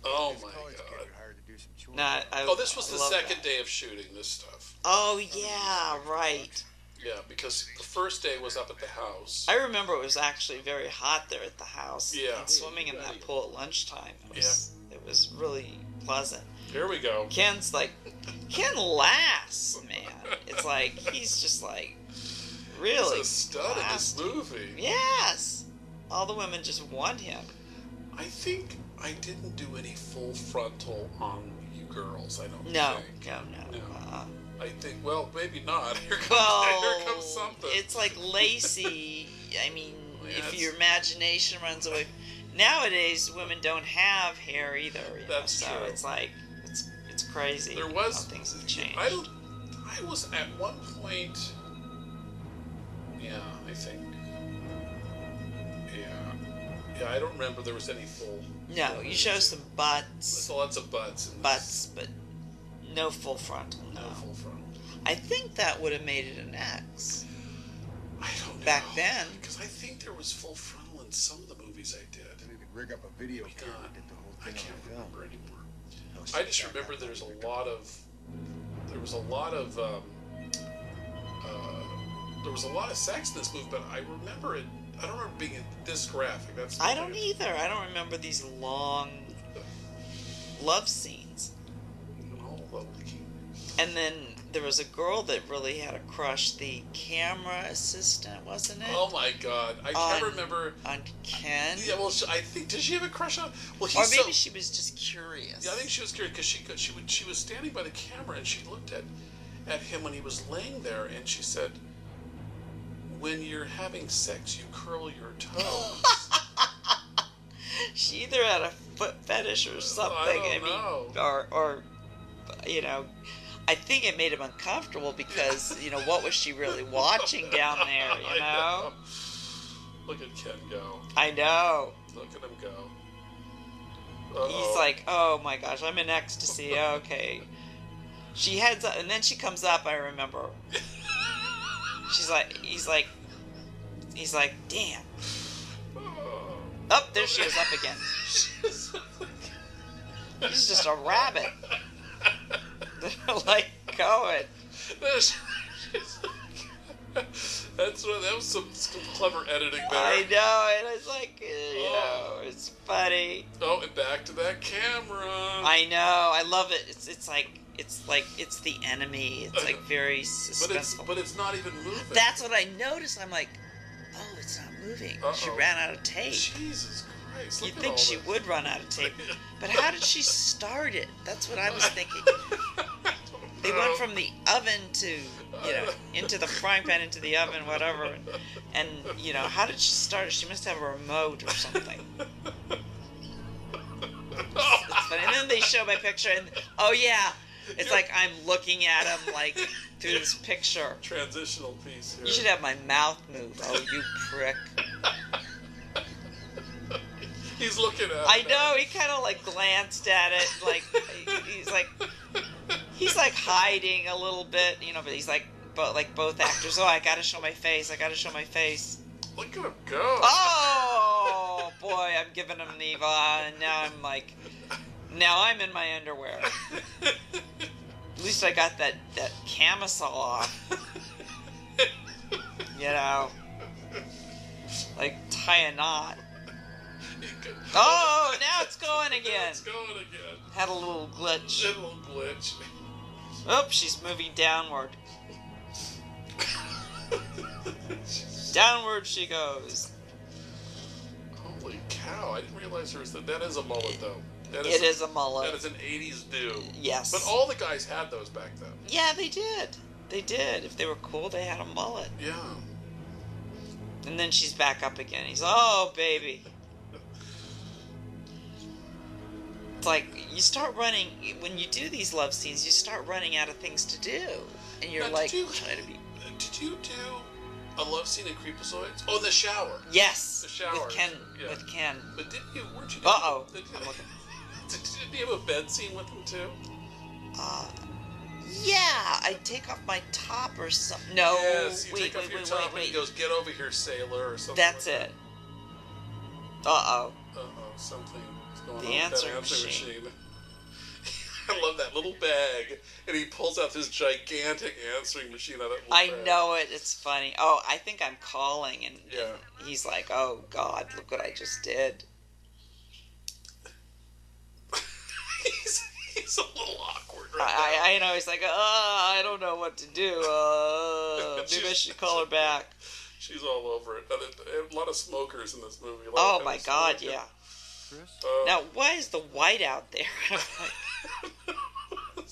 S2: Oh
S3: His
S2: my
S3: college kid
S2: god.
S3: got hired to do some chores.
S1: No, I, I-
S2: Oh, this was
S1: I
S2: the
S1: love
S2: second
S1: that.
S2: day of shooting this stuff.
S1: Oh yeah, right.
S2: Yeah, because the first day was up at the house.
S1: I remember it was actually very hot there at the house.
S2: Yeah.
S1: And swimming in that pool at lunchtime. It was, It was really pleasant.
S2: Here we go.
S1: Ken's like, Ken laughs, man. It's like, he's just like,
S2: He's
S1: really.
S2: a stud in this
S1: blasting.
S2: movie.
S1: Yes. All the women just want him.
S2: I think I didn't do any full frontal on you girls. I don't
S1: No,
S2: think.
S1: no, no.
S2: No.
S1: Uh,
S2: I think well, maybe not. Here comes
S1: well,
S2: here comes something.
S1: Uh, it's like Lacey. I mean,
S2: Yeah,
S1: if
S2: it's-
S1: your imagination runs away, nowadays women don't have hair either. you know,
S2: That's
S1: so
S2: true.
S1: It's like it's it's crazy.
S2: There was-
S1: how things have changed.
S2: I don't. I was at one point. Yeah, I think. Yeah, yeah. I don't remember there was any full.
S1: no, you show some butts,
S2: So lots of butts. And
S1: butts, but no full frontal. No.
S2: No full frontal.
S1: I think that would have made it an X.
S2: I don't know.
S1: Back then.
S2: Because I think there was full frontal in some of the movies I did.
S3: They could rig up a video camera
S2: God,
S3: and did the whole
S2: I
S3: thing
S2: can't
S3: on film.
S2: remember anymore.
S3: No,
S2: I
S3: sit
S2: just
S3: back
S2: remember
S3: up.
S2: there's a lot of there was a lot of um, uh, there was a lot of sex in this movie, but I remember it. I don't remember being this graphic. That's
S1: I don't
S3: e-
S1: either. I don't remember these long love scenes.
S2: No, but we-
S1: And then there was a girl that really had a crush, the camera assistant, wasn't it?
S2: Oh my god, I
S3: uh,
S2: can't
S1: On-
S2: remember.
S1: On Ken?
S2: Yeah, well, she- I think did she have a crush on? Well,
S1: or
S2: he's
S1: maybe
S2: so,
S1: she was just curious.
S2: Yeah, I think she was curious because she could- she would, she was standing by the camera and she looked at at him when he was laying there and she said, "When you're having sex, you curl your toes."
S1: she either had a foot fetish or something.
S2: don't
S1: mean,
S2: know.
S1: or or you know, I think it made him uncomfortable because you know what was she really watching down there?
S2: I
S1: You know,
S2: Look at Ken go.
S1: I know.
S2: Look at him go. Uh-oh.
S1: He's like, oh my gosh, I'm in ecstasy. Okay. She heads up, and then she comes up. I remember. She's like, he's like, he's like, damn. Up there she is up again. He's just a rabbit. They're like going.
S2: That's that's what that was some, some clever editing there.
S1: I know, and it's like, you know, it's funny.
S2: Oh, and back to that camera.
S1: I know, I love it. It's it's like it's like it's the enemy. It's like very
S2: but it's
S1: suspenseful.
S2: but it's not even moving.
S1: That's what I noticed. I'm like, oh, it's not moving. She
S2: Uh-oh.
S1: ran out of tape.
S2: Jesus Christ!
S1: You'd
S2: look at
S1: think
S2: all
S1: she
S2: this.
S1: would run out of tape, but how did she start it? That's what I was thinking. They
S2: Oh.
S1: went from the oven to you know into the frying pan into the oven whatever, and you know how did she start it? She must have a remote or something. It's funny. And then they show my picture and oh yeah, it's like I'm looking at him like through this picture.
S2: transitional piece here.
S1: You should have my mouth move. Oh you prick!
S2: He's looking at.
S1: I
S2: it.
S1: know he kind of like glanced at it like he's like he's like hiding a little bit, you know, but he's like but like both actors. Oh, I gotta show my face. I gotta show my face.
S2: Look at him go.
S1: Oh boy, I'm giving him Neva, and now I'm like, now I'm in my underwear. At least I got that that camisole off. You know, like tie a knot. Oh, now it's going again.
S2: It's going again.
S1: Had a little glitch.
S2: Little glitch.
S1: Oops, she's moving downward. Downward she goes.
S2: Holy cow! I didn't realize there was that. That is a mullet though. That is
S1: It is a
S2: That
S1: mullet.
S2: is an '80s do.
S1: Yes.
S2: But all the guys had those back then.
S1: Yeah, they did. They did. If they were cool, they had a mullet.
S2: Yeah.
S1: And then she's back up again. He's, oh, baby. It's like you start running when you do these love scenes. You start running out of things to do, and you're
S2: Now, did
S1: like
S2: you-
S1: trying to be.
S2: Did you do a love scene in Creepazoids? Oh, the shower.
S1: Yes,
S2: The shower,
S1: with Ken.
S2: yeah.
S1: With Ken.
S2: But didn't you? Weren't you?
S1: Uh-oh.
S2: Did,
S1: I'm looking.
S2: did, did you have a bed scene with them too?
S1: Uh, yeah, I take off my top or something. No,
S2: yes. You
S1: Oh, wait,
S2: take off
S1: wait,
S2: your
S1: wait,
S2: top
S1: wait,
S2: and he
S1: wait.
S2: goes, "Get over here, sailor," or something.
S1: That's
S2: like
S1: it. Uh oh.
S2: Uh oh, something is going
S1: The
S2: on with
S1: answer
S2: that answer
S1: machine.
S2: machine. I love that little bag, and he pulls out this gigantic answering machine out of that little
S1: I
S2: bag.
S1: know it. It's funny. Oh, I think I'm calling, and, and
S2: Yeah.
S1: he's like, "Oh God, look what I just did."
S2: he's, he's a little awkward right now.
S1: I, I, I know. He's like, "Uh, I don't know what to do. Uh, maybe I should call her back."
S2: She's all over it. Uh, there- A lot of smokers in this movie. a lot
S1: Oh
S2: of
S1: my
S2: heavy
S1: God,
S2: smoking.
S1: yeah.
S2: Uh,
S1: Now, why is the white out there? I'm like,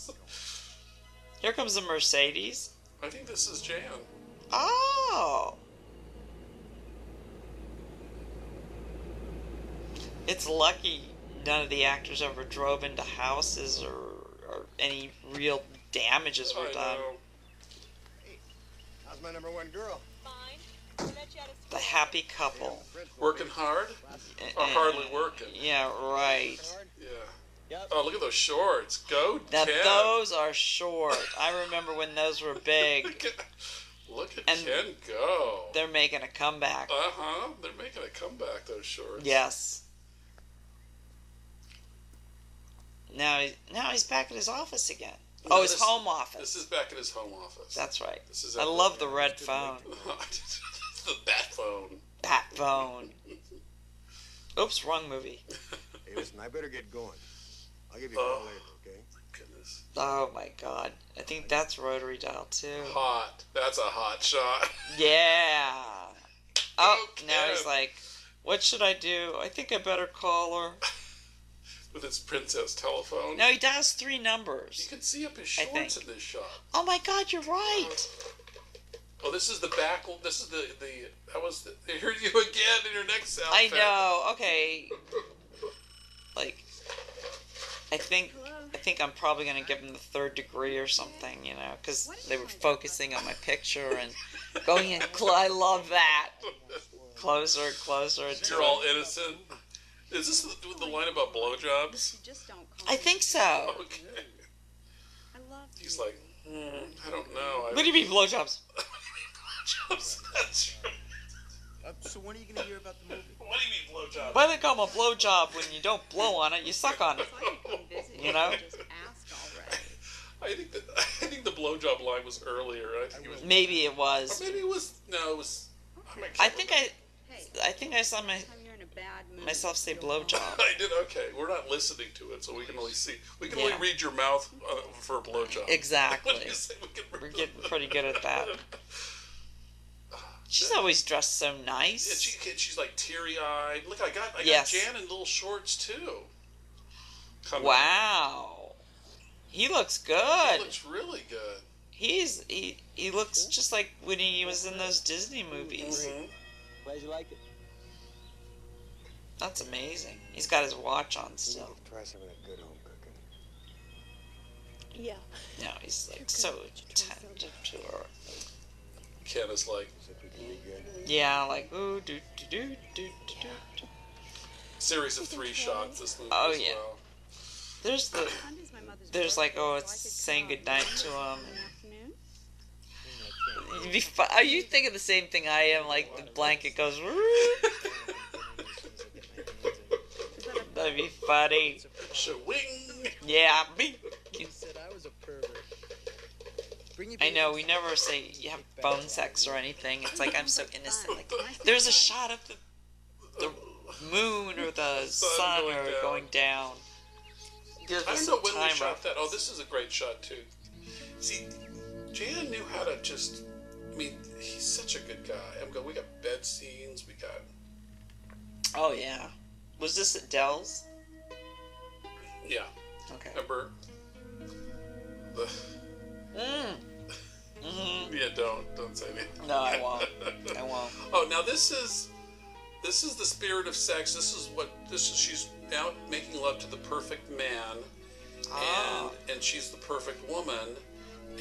S1: Here comes a Mercedes.
S2: I think this is Jan.
S1: Oh. It's lucky none of the actors ever drove into houses or, or any real damages were
S2: I
S1: done.
S2: know.
S3: How's my number one girl?
S8: Fine. I let you out of
S1: The
S8: school.
S1: happy couple.
S2: Working hard
S1: Eh,
S2: or
S1: eh,
S2: hardly working?
S1: Yeah, right.
S2: Yeah.
S6: Yep.
S2: Oh, look at those shorts. Go,
S1: Now,
S2: Ken.
S1: those are short. I remember when those were big.
S2: Look at, look at
S1: And
S2: Ken go.
S1: They're making a comeback.
S2: Uh huh. They're making a comeback. Those shorts.
S1: Yes. Now, he- now he's back at his office again.
S2: No,
S1: Oh, his
S2: this-
S1: home office.
S2: This is back at his home office.
S1: That's right.
S2: This is
S1: I
S2: at-
S1: love the red phone.
S2: the bat phone.
S1: Bat phone. Oops, wrong movie.
S3: Hey, listen, I better get going. I'll give you a call
S2: Oh.
S3: later, okay?
S2: Goodness.
S1: Oh my god. I think that's rotary dial too.
S2: Hot. That's a hot shot.
S1: Yeah. Oh, now he's
S2: Okay.
S1: like, what should I do? I think I better call her.
S2: With his princess telephone.
S1: No, he dials three
S2: You
S1: numbers.
S2: can see up his
S1: I
S2: shorts
S1: think.
S2: in this shot.
S1: Oh my god, you're right.
S2: Oh, this is the back. This is the the. That was. The, I heard you again in your next
S1: I
S2: outfit.
S1: know. Okay. Like, I think I think I'm probably gonna give him the third degree or something, you know, because they were focusing on my picture and going in. Cl- I love that. Closer, and closer.
S2: So
S1: To
S2: You're all innocent. Is this the, the line about blowjobs?
S4: You just don't call
S1: I
S4: me.
S1: think so.
S2: Okay.
S4: I love
S2: You He's like, mm, I don't know. I,
S1: What do you mean blowjobs?
S2: blowjobs? That's right.
S6: Uh, so when are you going to hear about the movie?
S2: What do you mean blowjobs?
S1: Why they call them a blowjob when you don't blow on it, you suck on it.
S4: Why don't you come visit?
S1: You know?
S4: Just ask already.
S2: I think the, I think the blowjob line was earlier. I think it was.
S1: Maybe it
S2: Or
S1: was.
S2: maybe it was. No, it was. can't
S1: I think I,
S4: Hey,
S1: I think I saw my,
S4: next time you're in a bad mood.
S1: myself say
S4: you'll-
S1: blowjob.
S2: I did okay. We're not listening to it, so we can only see. We can
S1: Yeah.
S2: only read your mouth uh, for a blowjob. What do
S1: Exactly.
S2: you say? We can
S1: We're getting pretty good at that. She's always dressed so
S2: Yeah,
S1: nice.
S2: she, kid- she's like teary eyed. Look, I got I
S1: Yes.
S2: got Jan in little shorts too. Come on.
S1: Wow. He looks
S2: That
S1: good.
S2: looks really good.
S1: He's he, he looks just like when he was in those Disney movies.
S2: Mhm.
S9: Glad you liked it.
S1: That's amazing. He's got his watch on still.
S3: Try some of that good home cooking.
S4: Yeah.
S1: No, he's like so attentive to her.
S2: Ken is like
S3: See if we can be good.
S1: Yeah, like ooh do do do do do. do.
S2: series of three shots. This movie.
S1: Oh,
S2: as
S1: yeah.
S2: well.
S1: There's the
S4: Monday's my mother's
S1: there's like
S4: birthday,
S1: oh
S4: so
S1: it's
S4: I could come
S1: saying
S4: out
S1: goodnight to him.
S4: in the afternoon.
S1: It'd be fu- Are you thinking the same thing I am? Like the blanket goes. "Woo."
S4: Is that a
S1: That'd be funny.
S2: Shawing.
S1: Yeah, me.
S6: said I was a pervert. Bring your
S1: I know we never say you have phone sex or anything. It's like I'm so innocent. Like
S4: Can I see
S1: there's a
S4: that?
S1: shot of the the
S2: Oh.
S1: moon or the
S2: Sun
S1: sun
S2: going
S1: or
S2: down.
S1: going down. Gives
S2: I don't
S1: us
S2: know
S1: a
S2: when we
S1: timer.
S2: shot that. Oh, this is a great shot too. See, Jan knew how to just. I mean, he's such a good guy. I'm going. We got bed scenes. We got.
S1: Oh yeah. Was this at Dell's?
S2: Yeah.
S1: Okay.
S2: Remember. The,
S1: Mm. hmm
S2: yeah. Don't don't say anything.
S1: No, I won't. I won't.
S2: Oh, now this is this is the spirit of sex. This is what this is. She's now making love to the perfect man,
S1: Ah.
S2: and and she's the perfect woman,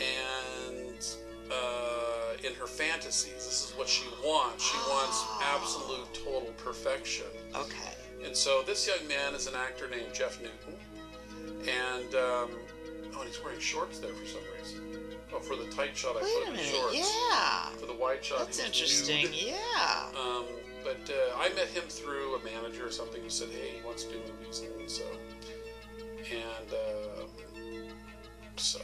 S2: and uh, in her fantasies, this is what she wants. She wants
S1: Ah.
S2: absolute, total perfection.
S1: Okay.
S2: And so this young man is an actor named Jeff Newton, and um, oh, and he's wearing shorts there for some reason. Oh, for the tight shot,
S1: Wait
S2: I put
S1: a
S2: him in
S1: minute.
S2: shorts.
S1: Yeah.
S2: For the wide shot,
S1: That's
S2: he was nude.
S1: interesting. Yeah.
S2: Um, but uh, I met him through a manager or something who said, "Hey, he wants to do movies," and so and uh, so.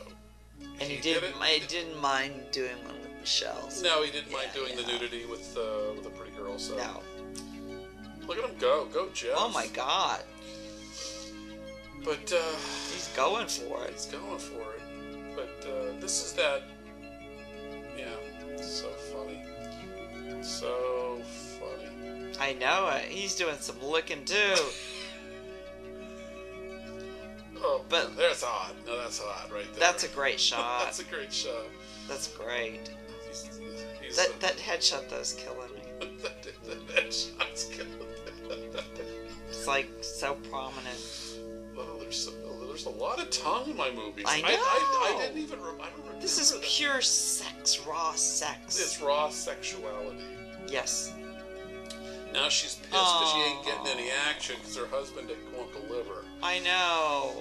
S1: And he didn't.
S2: it.
S1: I didn't mind doing one with Michelle. so-
S2: No, he didn't mind
S1: Yeah,
S2: doing the
S1: yeah.
S2: nudity with uh, with a pretty girl. So
S1: No.
S2: look at him go, go Jeff.
S1: Oh my God.
S2: But uh,
S1: He's going for it.
S2: he's going for it. But uh, this is that. Yeah, so funny, so funny.
S1: I know it. He's doing some licking too.
S2: Oh,
S1: But-
S2: there's odd. No, that's odd right there.
S1: That's a great
S2: that's
S1: shot.
S2: a great shot.
S1: That's great.
S2: He's, he's
S1: That
S2: a-
S1: that headshot though's killing me.
S2: that shot's good.
S1: It's like so prominent.
S2: Well, Oh, there's, a, there's a lot of tongue in my movies.
S1: I
S2: I, I,
S1: know.
S2: didn't even rem- I don't remember.
S1: This is
S2: that.
S1: pure sex, raw sex.
S2: It's raw sexuality.
S1: Yes.
S2: Now she's pissed because she ain't
S1: Aw.
S2: getting any action because her husband won't deliver.
S1: I know.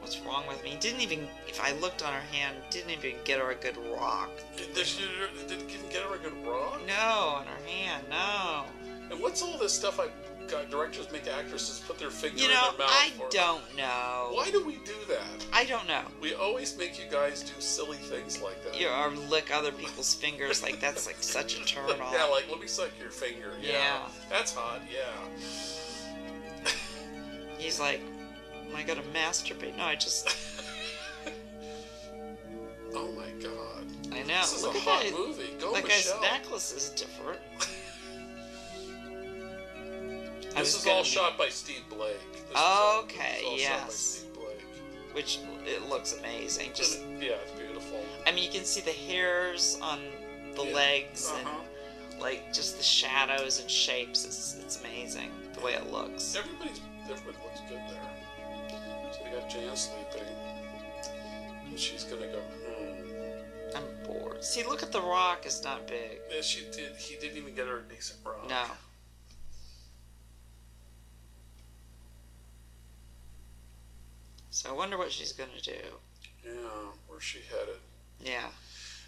S1: What's wrong with me? Didn't even if I looked on her hand, didn't even get her a good rock.
S2: Did, did she did, not get her a good raw?
S1: No, on her hand, no.
S2: And what's all this stuff I got directors make actresses put their finger
S1: You
S2: in
S1: know,
S2: their mouth
S1: I
S2: for?
S1: don't know.
S2: Why do we do that?
S1: I don't know.
S2: We always make you guys do silly things like that.
S1: You or lick other people's fingers like that's like such a turn off.
S2: Yeah, like let me suck your finger. Yeah.
S1: Yeah.
S2: That's hot, yeah.
S1: He's like, am I gonna masturbate? No, I just,
S2: Oh my god.
S1: I know.
S2: This is
S1: Oh, Look
S2: a
S1: at
S2: hot
S1: that.
S2: movie. Go
S1: that guy's
S2: Michelle.
S1: necklace is different. I was
S2: This is
S1: gonna
S2: all
S1: be-
S2: shot by Steve Blake. This is all- this
S1: Okay,
S2: is all shot by
S1: yes.
S2: Steve Blake.
S1: Which it looks amazing. Just,
S2: yeah, it's beautiful.
S1: I mean, you can see the hairs on the
S2: Yeah.
S1: legs
S2: Uh-huh.
S1: and like just the shadows and shapes. It's it's amazing the way it looks.
S2: Everybody's everybody looks good there. So we got Jan sleeping. And she's gonna go, hmm.
S1: I'm bored. See, look at the rock. It's not big.
S2: Yeah, she did he didn't even get her a decent rock.
S1: No. So I wonder what she's gonna do.
S2: Yeah, where's she headed?
S1: Yeah.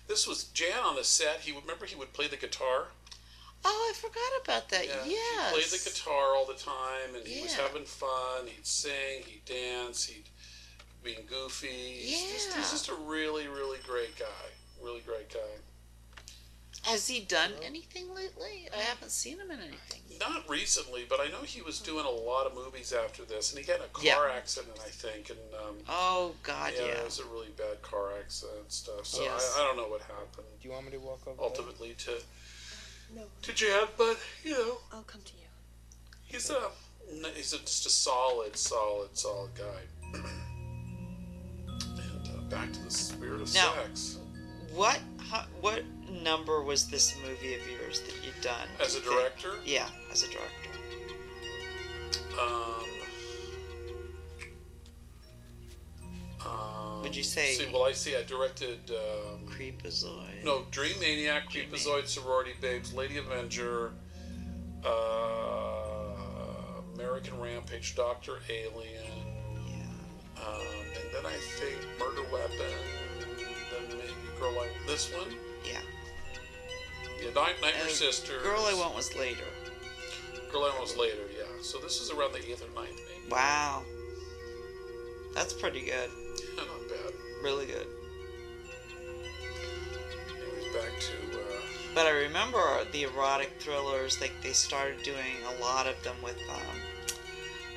S2: This was Jan on the set. He would remember he would play the guitar.
S1: Oh, I forgot about that. Yeah. Yes.
S2: He played the guitar all the time, and he was
S1: Yeah.
S2: having fun. He'd sing, he'd dance, he'd be goofy. He's, just, he's
S1: Yeah.
S2: just a really, really great guy. Really great guy.
S1: Has he done
S2: Uh-huh.
S1: anything lately? I haven't seen him in anything.
S2: Not recently, but I know he was doing a lot of movies after this, and he got in a car
S1: Yeah.
S2: accident, I think, and um,
S1: Oh God,
S2: yeah,
S1: yeah.
S2: it was a really bad car accident and stuff. So
S1: Yes.
S2: I, I don't know what happened
S6: Do you want me to walk over? there?
S2: ultimately to
S5: No.
S2: to Jan, but you know,
S5: I'll come to you.
S2: he's a he's a, just a solid, solid, solid guy. and uh, back to the spirit of
S1: Now-
S2: sex.
S1: What how, what number was this movie of yours that you've done? do
S2: As a
S1: you think?
S2: director,
S1: Yeah, as a director.
S2: um, um,
S1: Would you say-
S2: See, well, I see. I directed. Um,
S1: Creepazoid.
S2: No, Dream Maniac,
S1: Dream
S2: Creepazoid, Sorority Babes, Lady Avenger, uh, American Rampage, Doctor Alien,
S1: Yeah.
S2: um, and then I think Murder Weapon, then maybe Girl I this one,
S1: Yeah.
S2: yeah, Night, Nightmare
S1: And
S2: Sisters,
S1: Uh, Girl I Want was later.
S2: Girl I Want was later, yeah. So this is around the eighth or ninth, maybe.
S1: Wow. That's pretty good.
S2: Not bad.
S1: Really good.
S2: Anyways, back to uh,
S1: But I remember the erotic thrillers, like they started doing a lot of them with, um,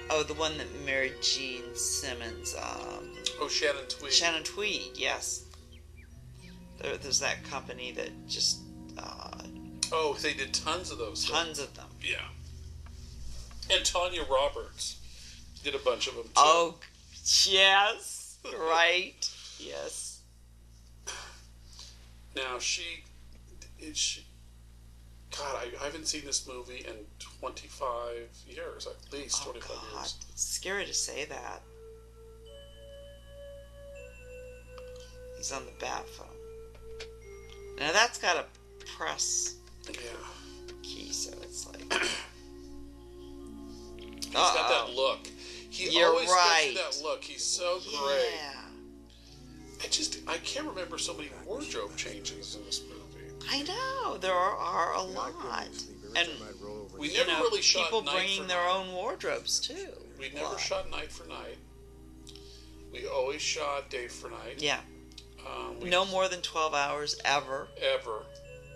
S1: oh, the one that married Gene Simmons, um,
S2: oh Shannon Tweed.
S1: Shannon Tweed, yes. There, there's that company that just, uh,
S2: Oh, they did tons of those. things.
S1: tons of them.
S2: Yeah. And Tanya Roberts did a bunch of them. Too.
S1: Oh, yes, right, yes.
S2: Now she, is she? God, I, I haven't seen this movie in 25 years, at least
S1: Oh,
S2: 25
S1: God,
S2: years.
S1: it's scary to say that. He's on the bat phone. Now that's got a press.
S2: Yeah.
S1: key, so it's like.
S2: He's got that look. He
S1: You're
S2: always
S1: right.
S2: gets that look. He's so great.
S1: Yeah,
S2: I just I can't remember so many wardrobe changes in this movie.
S1: I know there are, are a
S3: I couldn't
S1: lot,
S3: sleep. Every
S1: and
S3: time I'd roll over
S2: We
S3: to-
S1: you
S2: never
S1: know
S2: really shot
S1: people
S2: night for
S1: bringing their
S2: night.
S1: own wardrobes too.
S2: We
S1: A
S2: never
S1: lot.
S2: shot night for night. We always shot day for night.
S1: Yeah,
S2: Um, we
S1: no more than twelve hours ever.
S2: ever,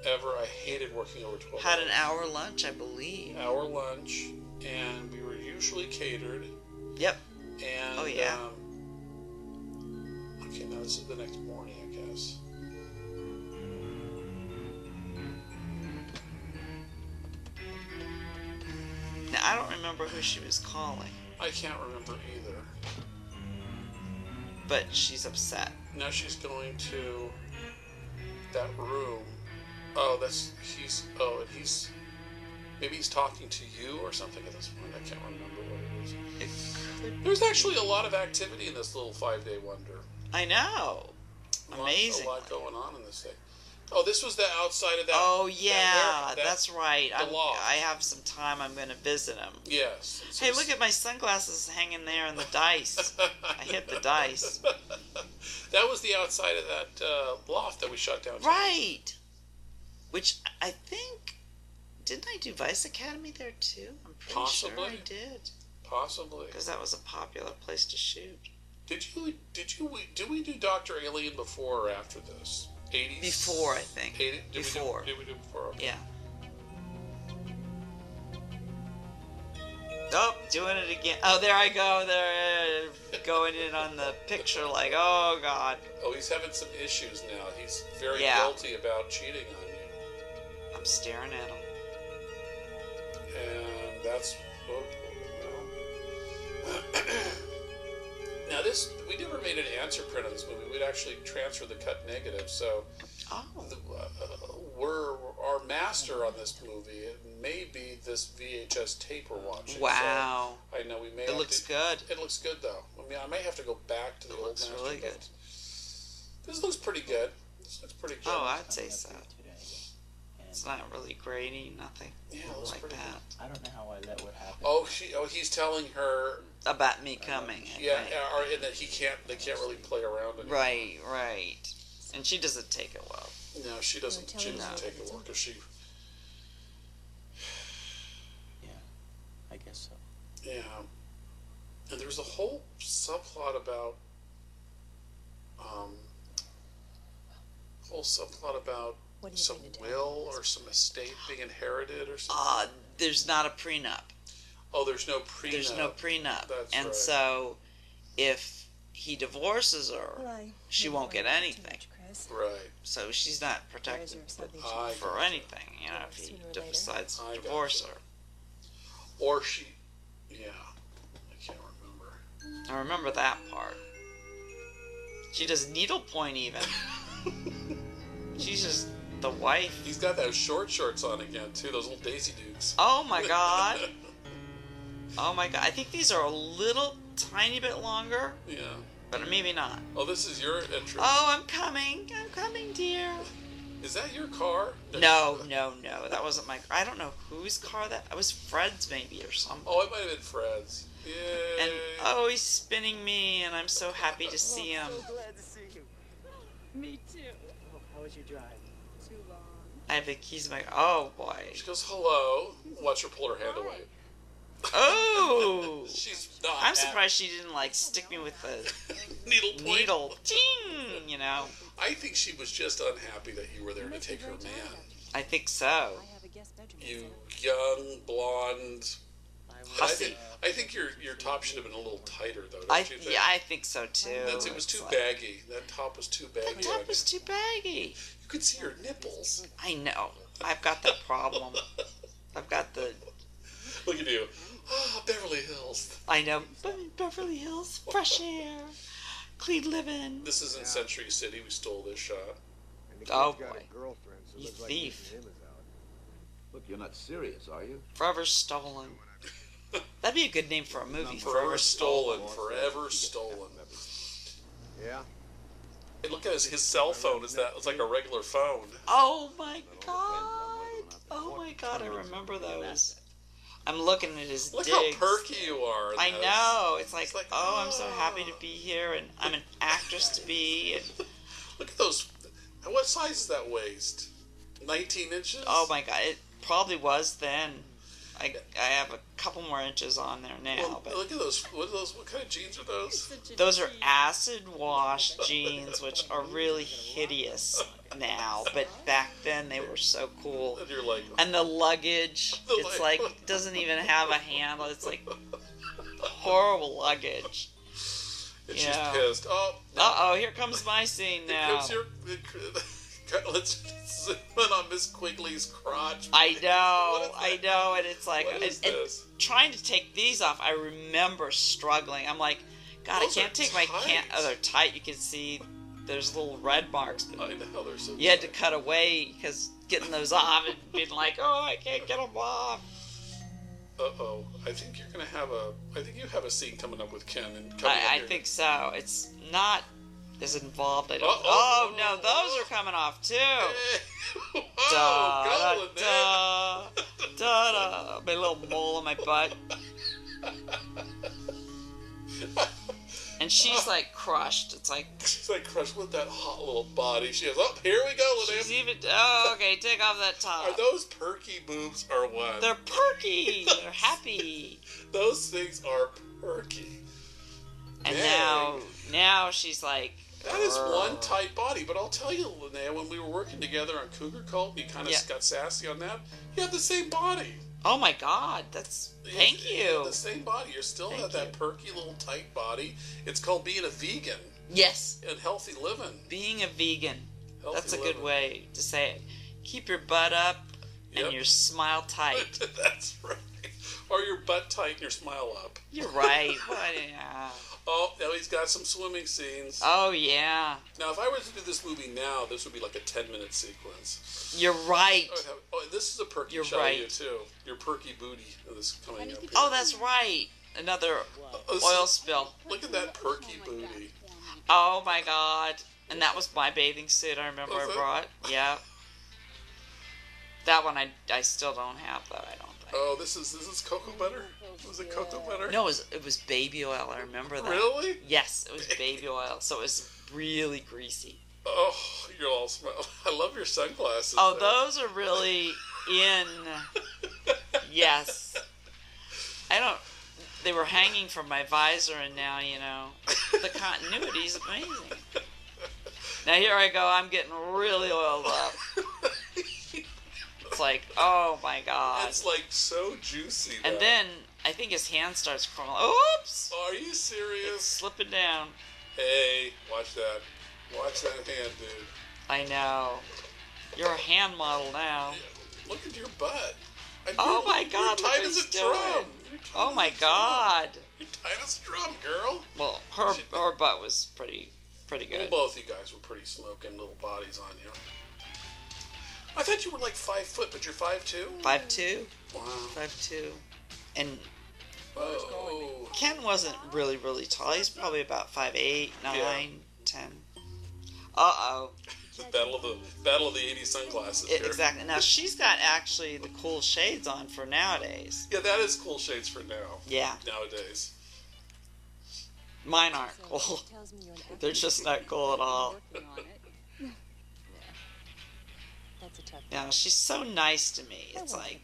S2: ever. I hated working over 12
S1: Had an hour
S2: hours.
S1: lunch, I believe.
S2: Hour lunch, and we were usually catered.
S1: Yep.
S2: And
S1: Oh, yeah.
S2: Um, okay, now this is the next morning, I guess.
S1: Now I don't remember who she was calling,
S2: I can't remember either.
S1: but she's upset.
S2: Now she's going to that room. Oh, that's he's. Oh, and he's. Maybe he's talking to you or something at this point. I can't remember what it was.
S1: It could-
S2: There's actually a lot of activity in this little five-day wonder.
S1: I know.
S2: A lot-
S1: Amazing.
S2: A lot going on in this thing. Oh, this was the outside of that.
S1: Oh
S2: that
S1: yeah,
S2: warehouse- that-
S1: that's right. I'm,
S2: loft.
S1: I have some time. I'm going to visit him.
S2: Yes. It's
S1: Hey,
S2: just-
S1: look at my sunglasses hanging there on the dice. I hit the dice.
S2: that was the outside of that uh, loft that we shut down.
S1: Right. Which I think didn't I do Vice Academy there too? I'm pretty sure I
S2: Possibly.
S1: did
S2: Possibly.
S1: because that was a popular place to shoot.
S2: Did you? Did you? We, did we do Doctor Alien before or after this? Eighties.
S1: Before I think.
S2: Eighty, did
S1: Before.
S2: We do, did we do before? Okay.
S1: Yeah. Oh, doing it again. Oh, there I go. There, going in on the picture like, oh God.
S2: Oh, he's having some issues now. He's very
S1: Yeah.
S2: guilty about cheating on you,
S1: I'm staring at him.
S2: and that's. Oh, well. now this, we never made an answer print on this movie. We'd actually transfer the cut negative, so.
S1: Oh,
S2: the, uh, we're our master on this movie. It may be this VHS tape we're watching.
S1: wow.
S2: So I know we may.
S1: It
S2: have
S1: looks
S2: to-
S1: good.
S2: It looks good though. I mean, I may have to go back to the
S1: It
S2: old
S1: looks
S2: master.
S1: really
S2: but
S1: good.
S2: This looks pretty good. This looks pretty good.
S1: Oh, I'd say so.
S9: today, and
S1: It's not really grainy, nothing
S2: Yeah, it looks
S1: like
S2: pretty
S1: that.
S9: I don't know how I that would happen.
S2: Oh, she, oh, he's telling her,
S1: About me coming. I
S2: yeah, uh,
S1: think.
S2: or, and that he can't, they can't really play around. Anymore.
S1: Right, right. And she doesn't take it well.
S2: No, she doesn't.
S5: You're
S2: She
S5: telling
S2: doesn't
S1: her.
S2: take it well because she.
S9: I guess so.
S2: Yeah. And there's a whole subplot about um whole subplot about
S5: What do you
S2: some
S5: think the
S2: will or some estate being inherited or something.
S1: Uh, there's not a prenup.
S2: oh, there's no prenup.
S1: There's no prenup.
S2: That's
S1: and
S2: right.
S1: so if he divorces her, she won't get anything.
S2: Right.
S1: So she's not protected
S2: I
S1: for
S2: gotcha.
S1: anything, you know, if he
S5: Sooner or later.
S1: decides
S2: I
S1: to divorce
S2: gotcha. Or she Yeah. I can't remember.
S1: her. I remember that part. She does needlepoint even. She's just the wife.
S2: He's got those short shorts on again too, those little daisy dukes.
S1: Oh my god. Oh my god. I think these are a little tiny bit longer,
S2: yeah.
S1: but maybe not.
S2: Oh, this is your entrance.
S1: Oh, I'm coming. I'm coming, dear.
S2: Is that your car?
S1: No, no, no. That wasn't my. I don't know whose car that. It was Fred's maybe or something.
S2: Oh, it might have been Fred's. Yay.
S1: And oh, he's spinning me, and I'm so happy to see him.
S6: glad to see you.
S4: Me too.
S6: Oh, how was your drive?
S4: Too long.
S1: I have the keys to my. Oh boy.
S2: She goes, hello. Watch her pull her hand away.
S1: Oh.
S2: She's not.
S1: I'm surprised she didn't like stick me with the
S2: happy. Needle point.
S1: needle. Ting. You know.
S2: I think she was just unhappy that you were there to take her man.
S1: I think so.
S5: I have a guest bedroom.
S2: You young, blonde.
S6: I was,
S2: I
S1: Hussy.
S2: think, I think your your top should have been a little tighter, though, don't
S1: I
S2: you think?
S1: yeah, I think so too.
S2: That's, it was
S1: It's
S2: too
S1: like-
S2: baggy. That top was too baggy.
S1: The top was too baggy.
S2: You could see her nipples.
S1: I know. I've got that problem. I've got the.
S2: Look at you. Ah, Beverly Hills.
S1: I know. Be- Beverly Hills, fresh air, clean living.
S2: This is in
S3: Yeah.
S2: Century City. We stole this shot.
S3: And the kid's
S1: Oh,
S3: got
S1: boy.
S3: a girlfriend, so it
S1: You
S3: looks like
S1: thief.
S3: even him is out.
S7: Look, you're not serious, are you?
S1: Forever stolen. That'd be a good name for a movie.
S2: Forever stolen. Forever
S7: You get
S2: stolen.
S7: half of everything.
S3: Yeah.
S2: Hey, look at his, his cell phone. Is that? It's like a regular phone.
S1: Oh my god! Oh my god! I remember those. I'm looking at his
S2: Look
S1: digs.
S2: how perky you are. in
S1: I
S2: this.
S1: know. It's like,
S2: It's like,
S1: oh, I'm so happy to
S2: oh.
S1: be here, and I'm an actress to be. And,
S2: Look at those. What size is that waist? 19 inches.
S1: oh my god! It probably was then. I, I have a couple more inches on there now,
S2: Well,
S1: but
S2: look at those. What are those? What kind of jeans are those?
S4: Such a
S1: Those are
S4: cheat.
S1: acid wash jeans, which are really hideous now, but back then they were so cool.
S2: And you're like,
S1: And the luggage, it's like doesn't even have a handle. It's like horrible luggage.
S2: and
S1: yeah.
S2: she's pissed. Oh,
S1: Uh oh, here comes my scene
S2: here
S1: now.
S2: comes your. Let's zoom in on Miss Quigley's crotch.
S1: I know,
S2: What
S1: I
S2: is
S1: know, and it's like
S2: What is
S1: and- and
S2: this?
S1: trying to take these off. I remember struggling. I'm like, God,
S2: Those
S1: I
S2: are
S1: can't take my can.
S2: tight.
S1: Oh, they're tight. You can see there's little red marks.
S2: I know they're so.
S1: you had to
S2: tight.
S1: cut away because getting those off and being like, oh, I can't get them off.
S2: Uh oh. I think you're gonna have a. I think you have a scene coming up with Ken and. coming up
S1: I, I
S2: here.
S1: think so. It's not as involved. I don't.
S2: Uh-oh.
S1: Oh no, those are coming off too.
S2: Hey. oh,
S1: Da,
S2: Whoa, Goblin, man.
S1: da, da, da, da. My little mole on my butt. And she's like crushed. It's like
S2: She's like crushed with that hot little body. She has. Oh, here we go,
S1: she's
S2: Linnea.
S1: even. Oh, okay, take off that
S2: Are
S1: top.
S2: those perky boobs or what?
S1: They're perky. They're happy.
S2: Those things are perky.
S1: And
S2: Dang.
S1: now, now she's like.
S2: That is one
S1: "Grr."
S2: tight body, but I'll tell you, Linnea, when we were working together on Cougar Cult, you kind of
S1: Yeah.
S2: got sassy on that. You have the same body.
S1: Oh my God, that's thank
S2: have
S1: you.
S2: the same body. You still
S1: Thank
S2: have that
S1: you.
S2: perky little tight body. It's called being a vegan
S1: Yes,
S2: and healthy living.
S1: being a vegan.
S2: Healthy
S1: That's a
S2: living.
S1: good way to say it. Keep your butt up
S2: Yep.
S1: and your smile tight.
S2: That's right. Or your butt tight and your smile up.
S1: You're right. What- yeah.
S2: Oh, now he's got some swimming scenes.
S1: Oh yeah,
S2: now, if I were to do this movie now, this would be like a 10 minute sequence.
S1: you're right.
S2: I would have- oh, and this is a perky
S1: You're
S2: shot of you,
S1: right.
S2: too. Your perky booty is coming up. here.
S1: Oh, that's right. Another
S2: Oh, this
S1: oil
S2: is-
S1: spill.
S2: Look at that perky booty.
S1: Oh my God. And that was my bathing suit. I remember
S2: Was
S1: I
S2: it?
S1: brought. Yeah. That one I, I still don't have though. I don't think.
S2: Oh, this is this is cocoa butter. Was it cocoa butter?
S1: No, it was, it was baby oil. I remember that.
S2: Really?
S1: Yes, it was baby oil. So it was really greasy.
S2: Oh, you're all smell. I love your sunglasses.
S1: Oh,
S2: there.
S1: those are really in. Yes. I don't. They were hanging from my visor, and now you know the continuity is amazing. Now here I go. I'm getting really oiled up. It's like, oh my god.
S2: It's uh, like so juicy.
S1: And
S2: though.
S1: then I think his hand starts crawling. Oops!
S2: Are you
S1: It's
S2: serious?
S1: slipping down.
S2: Hey, watch that. Watch that hand, dude.
S1: I know. You're a hand model now.
S2: Look at your butt. And
S1: Oh
S2: you're-
S1: my God,
S2: You're
S1: look
S2: tight
S1: what
S2: as
S1: he's
S2: a
S1: doing.
S2: drum. You're tight
S1: Oh
S2: as
S1: my
S2: a drum.
S1: god.
S2: You're tight as a drum, girl.
S1: Well, her her butt was pretty pretty
S2: Well,
S1: good.
S2: both you guys were pretty smoking little bodies on you. I thought you were like five foot, but you're five two.
S1: Five two,
S2: Wow.
S1: five two, and
S2: Oh.
S1: Ken wasn't really really tall. He's probably about five eight, nine, ten. Uh oh.
S2: The battle of the battle of the '80s
S1: E,
S2: sunglasses. here.
S1: Exactly. Now she's got actually the cool shades on for nowadays.
S2: Yeah, that is cool shades for now.
S1: Yeah,
S2: Nowadays.
S1: mine aren't cool.
S5: Tells me you're an
S1: They're just not cool at all.
S4: Working on it.
S5: That's a tough
S1: Yeah, she's so nice to me.
S5: Oh,
S1: It's like,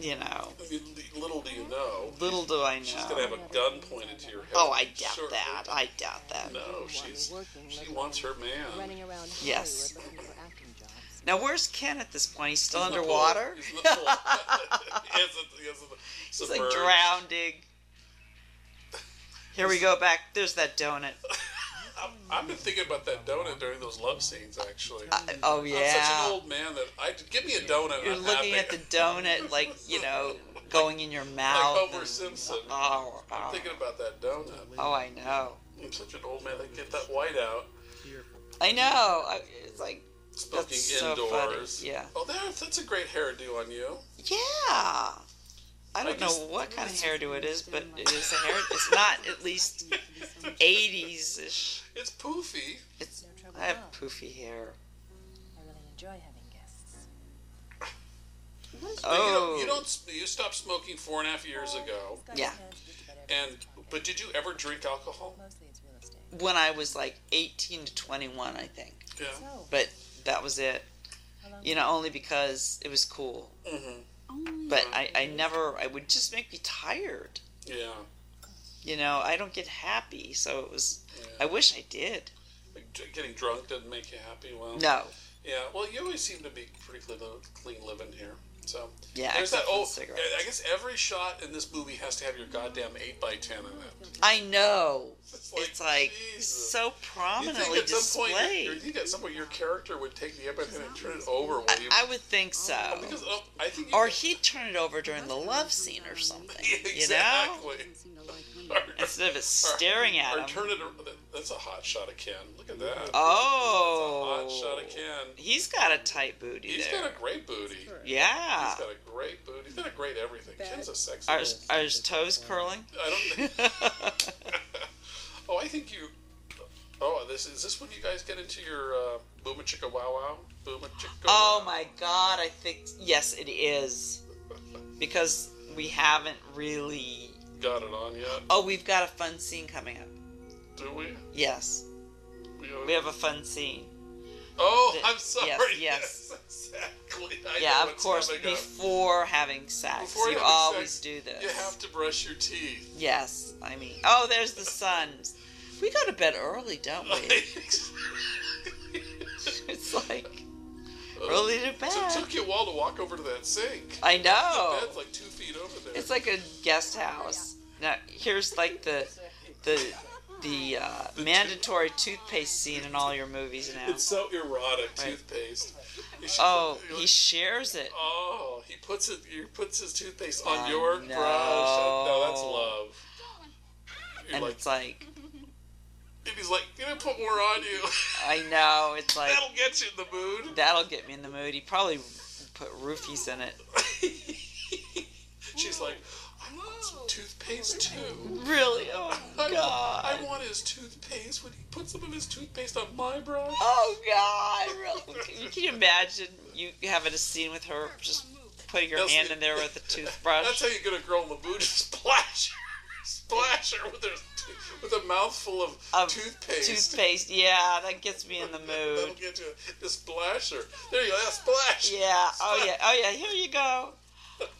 S1: you know,
S2: I mean, little do you know,
S1: little do I
S2: she's gonna
S1: know.
S2: have a gun pointed to your head.
S1: Oh, I doubt
S2: Sure.
S1: that. I doubt that.
S2: No, she's she wants her man.
S5: around
S1: Yes.
S5: Hollywood looking for acting jobs.
S1: Now, where's Ken at this point? He's still
S2: He's in the pool.
S1: underwater?
S2: He's in the pool. He has a- he has a-
S1: He's like
S2: submerged.
S1: drowning. Here we go back. There's that donut.
S2: I'm, I've been thinking about that donut during those love scenes, actually.
S1: Uh, oh,
S2: I'm such an
S1: yeah.
S2: old man that I give me a donut.
S1: You're
S2: I'm
S1: looking
S2: happy.
S1: at the donut like, you know, going in your mouth.
S2: like Homer
S1: and-
S2: Simpson.
S1: Oh,
S2: I'm
S1: oh,
S2: thinking about that donut.
S1: oh, I know.
S2: I'm such an old man that get that white out.
S1: I know. I- It's like,
S2: Smoking
S1: so
S2: indoors.
S1: funny, yeah.
S2: Oh, there, that's a great hairdo on you.
S1: yeah. I
S2: Like
S1: don't
S2: he's-
S1: know what kind of hairdo it is, but it is a hair. It's not at least 80s ish.
S2: It's poofy.
S1: It's,
S5: No trouble
S1: I
S5: at
S1: have
S5: all.
S1: poofy hair.
S5: I really enjoy having guests.
S2: But you don't-
S1: Oh.
S2: you don't. You, stopped smoking four and a half years ago.
S1: Yeah.
S2: And but did you ever drink alcohol?
S5: Mostly it's real estate.
S1: When I was like 18 to 21, I think.
S2: Yeah.
S5: So,
S1: But that was it.
S5: how long
S1: you know, only because it was cool.
S2: hmm
S1: But I, I never, I would just make me tired.
S2: Yeah.
S1: You know, I don't get happy, so it was.
S2: Yeah.
S1: I wish I did.
S2: Like, dr- getting drunk doesn't make you happy. Well.
S1: No,
S2: Yeah. Well, you always seem to be pretty clean, clean living here. So.
S1: yeah.
S2: There's that.
S1: except for the
S2: Oh,
S1: cigarettes.
S2: I guess every shot in this movie has to have your goddamn eight by ten in it.
S1: I know.
S2: It's
S1: It's like
S2: Jesus.
S1: so
S2: You
S1: prominently
S2: think at some point, you
S1: displayed.
S2: think at some point your character would take the eight by ten and turn it over? Will you?
S1: I, I would think so.
S2: because oh, I think. You
S1: Or he'd turn it over during the love scene or something. You know,
S2: exactly. Or-
S1: instead of it staring
S2: Or
S1: at him.
S2: turn it. ar- That's a hot shot of Ken. Look at that.
S1: Oh,
S2: Hot shot of Ken.
S1: He's got a tight booty
S2: He's
S1: there.
S2: got a great booty.
S1: Yeah.
S2: He's got a great booty. He's got a great everything. Ken's a sexy.
S1: Ah. Are
S2: little-
S1: his, are his toes curling?
S2: I don't. oh, I think you. Oh, this is this when you guys get into your uh, boom and chicka wow wow boom and chicka.
S1: oh my god, I think yes it is. Because we haven't really
S2: Got it on yet?
S1: Oh, we've got a fun scene coming up.
S2: Do we?
S1: Yes.
S2: We,
S1: We have a fun scene.
S2: Oh,
S1: the-
S2: I'm sorry.
S1: yes,
S2: exactly. I know
S1: yeah, of
S2: what's
S1: course
S2: coming up.
S1: before having sex.
S2: Before
S1: you
S2: having
S1: always
S2: sex,
S1: do this.
S2: You have to brush your teeth.
S1: Yes. I mean Oh, there's the sun. We go to bed early, don't we? it's like early to
S2: So it
S1: bed.
S2: took you a while to walk over to that sink.
S1: I
S2: The
S1: know.
S2: bed's like two feet over there.
S1: Oh. It's like a guest house. Now here's like the the the uh, mandatory toothpaste scene in all your movies now.
S2: It's so erotic.
S1: Right.
S2: Toothpaste. You should-
S1: Oh,
S2: you're
S1: he
S2: like,
S1: shares it.
S2: oh, he puts it. He puts his toothpaste on
S1: I
S2: your
S1: know.
S2: brush. No, that's love. You're
S1: And
S2: like,
S1: it's like
S2: and he's like, you know, put more on you.
S1: I know, it's like
S2: That'll get you in the mood.
S1: that'll get me in the mood. He probably put roofies in it.
S2: She's like, I want some toothpaste too.
S1: Really? Oh
S2: I,
S1: god.
S2: I want his his toothpaste when he put some of his toothpaste on my brush.
S1: Oh God! really? Can you- Can you imagine you having a scene with her just putting your
S2: That's-
S1: hand in there with a
S2: That's
S1: toothbrush?
S2: how you get a girl in the mood to splash her, splash her with, her, with a mouthful of,
S1: Of
S2: toothpaste.
S1: Toothpaste. Yeah, that gets me in the
S2: That'll
S1: mood.
S2: get you. Just splash her. There you go. That splash.
S1: Yeah. Oh yeah. Oh yeah. Here you go.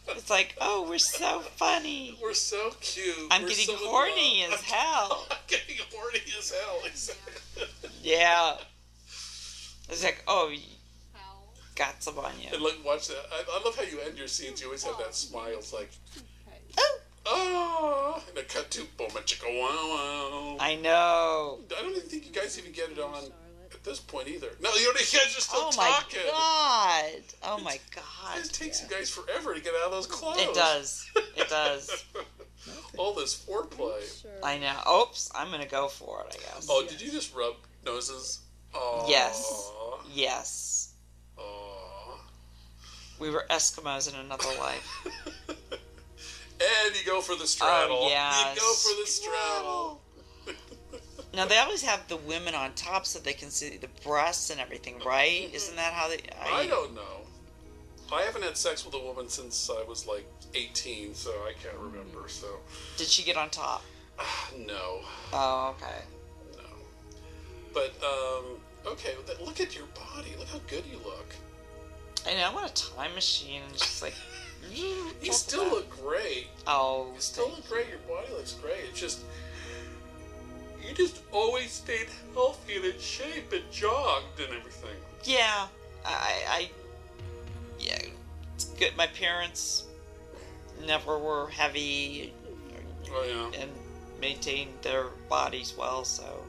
S1: It's like, oh, we're so funny.
S2: We're so cute.
S1: I'm
S2: We're
S1: getting
S2: so in
S1: horny
S2: love.
S1: as
S2: I'm-
S1: hell.
S2: I'm getting horny as hell. exactly.
S1: Yeah. It's like, oh, you
S4: Howl.
S1: got some on you.
S2: and like, watch that. I, I love how you end your scenes. You always have that smile. It's like,
S4: Okay.
S2: oh, and a cut to boom, a chicka wow wow. I
S1: I know.
S2: don't even think you guys even get it on
S4: Charlotte.
S2: at this point either. No, you, don't, you guys are still
S1: Oh my
S2: talking.
S1: god. Oh my
S2: It
S1: god.
S2: just takes you guys forever to get out of those clothes.
S1: It does. It does.
S2: All this foreplay.
S4: Sure.
S1: I know. Oops, I'm gonna go for it. I guess.
S2: Oh, did you just rub noses? Aw.
S1: Yes. Yes.
S2: Aw.
S1: We were Eskimos in another life.
S2: And you go for
S1: Oh,
S2: the straddle.
S1: yeah,
S2: You go for the straddle.
S1: Now they always have the women on top so they can see the breasts and everything, right? Isn't that how they?
S2: I don't know. I haven't had sex with a woman since I was like 18, so I can't remember. So,
S1: Did she get on top?
S2: no,
S1: Oh, okay.
S2: no. But um, okay, th- look at your body. Look how good you look.
S1: I know. I want a time machine and just like.
S2: You still look great.
S1: Oh,
S2: You still look great. Your body looks great. It's just you just always stayed healthy and in shape and jogged and everything.
S1: yeah. I, I, yeah. It's good. My parents never were heavy
S2: Oh yeah.
S1: and maintained their bodies well, so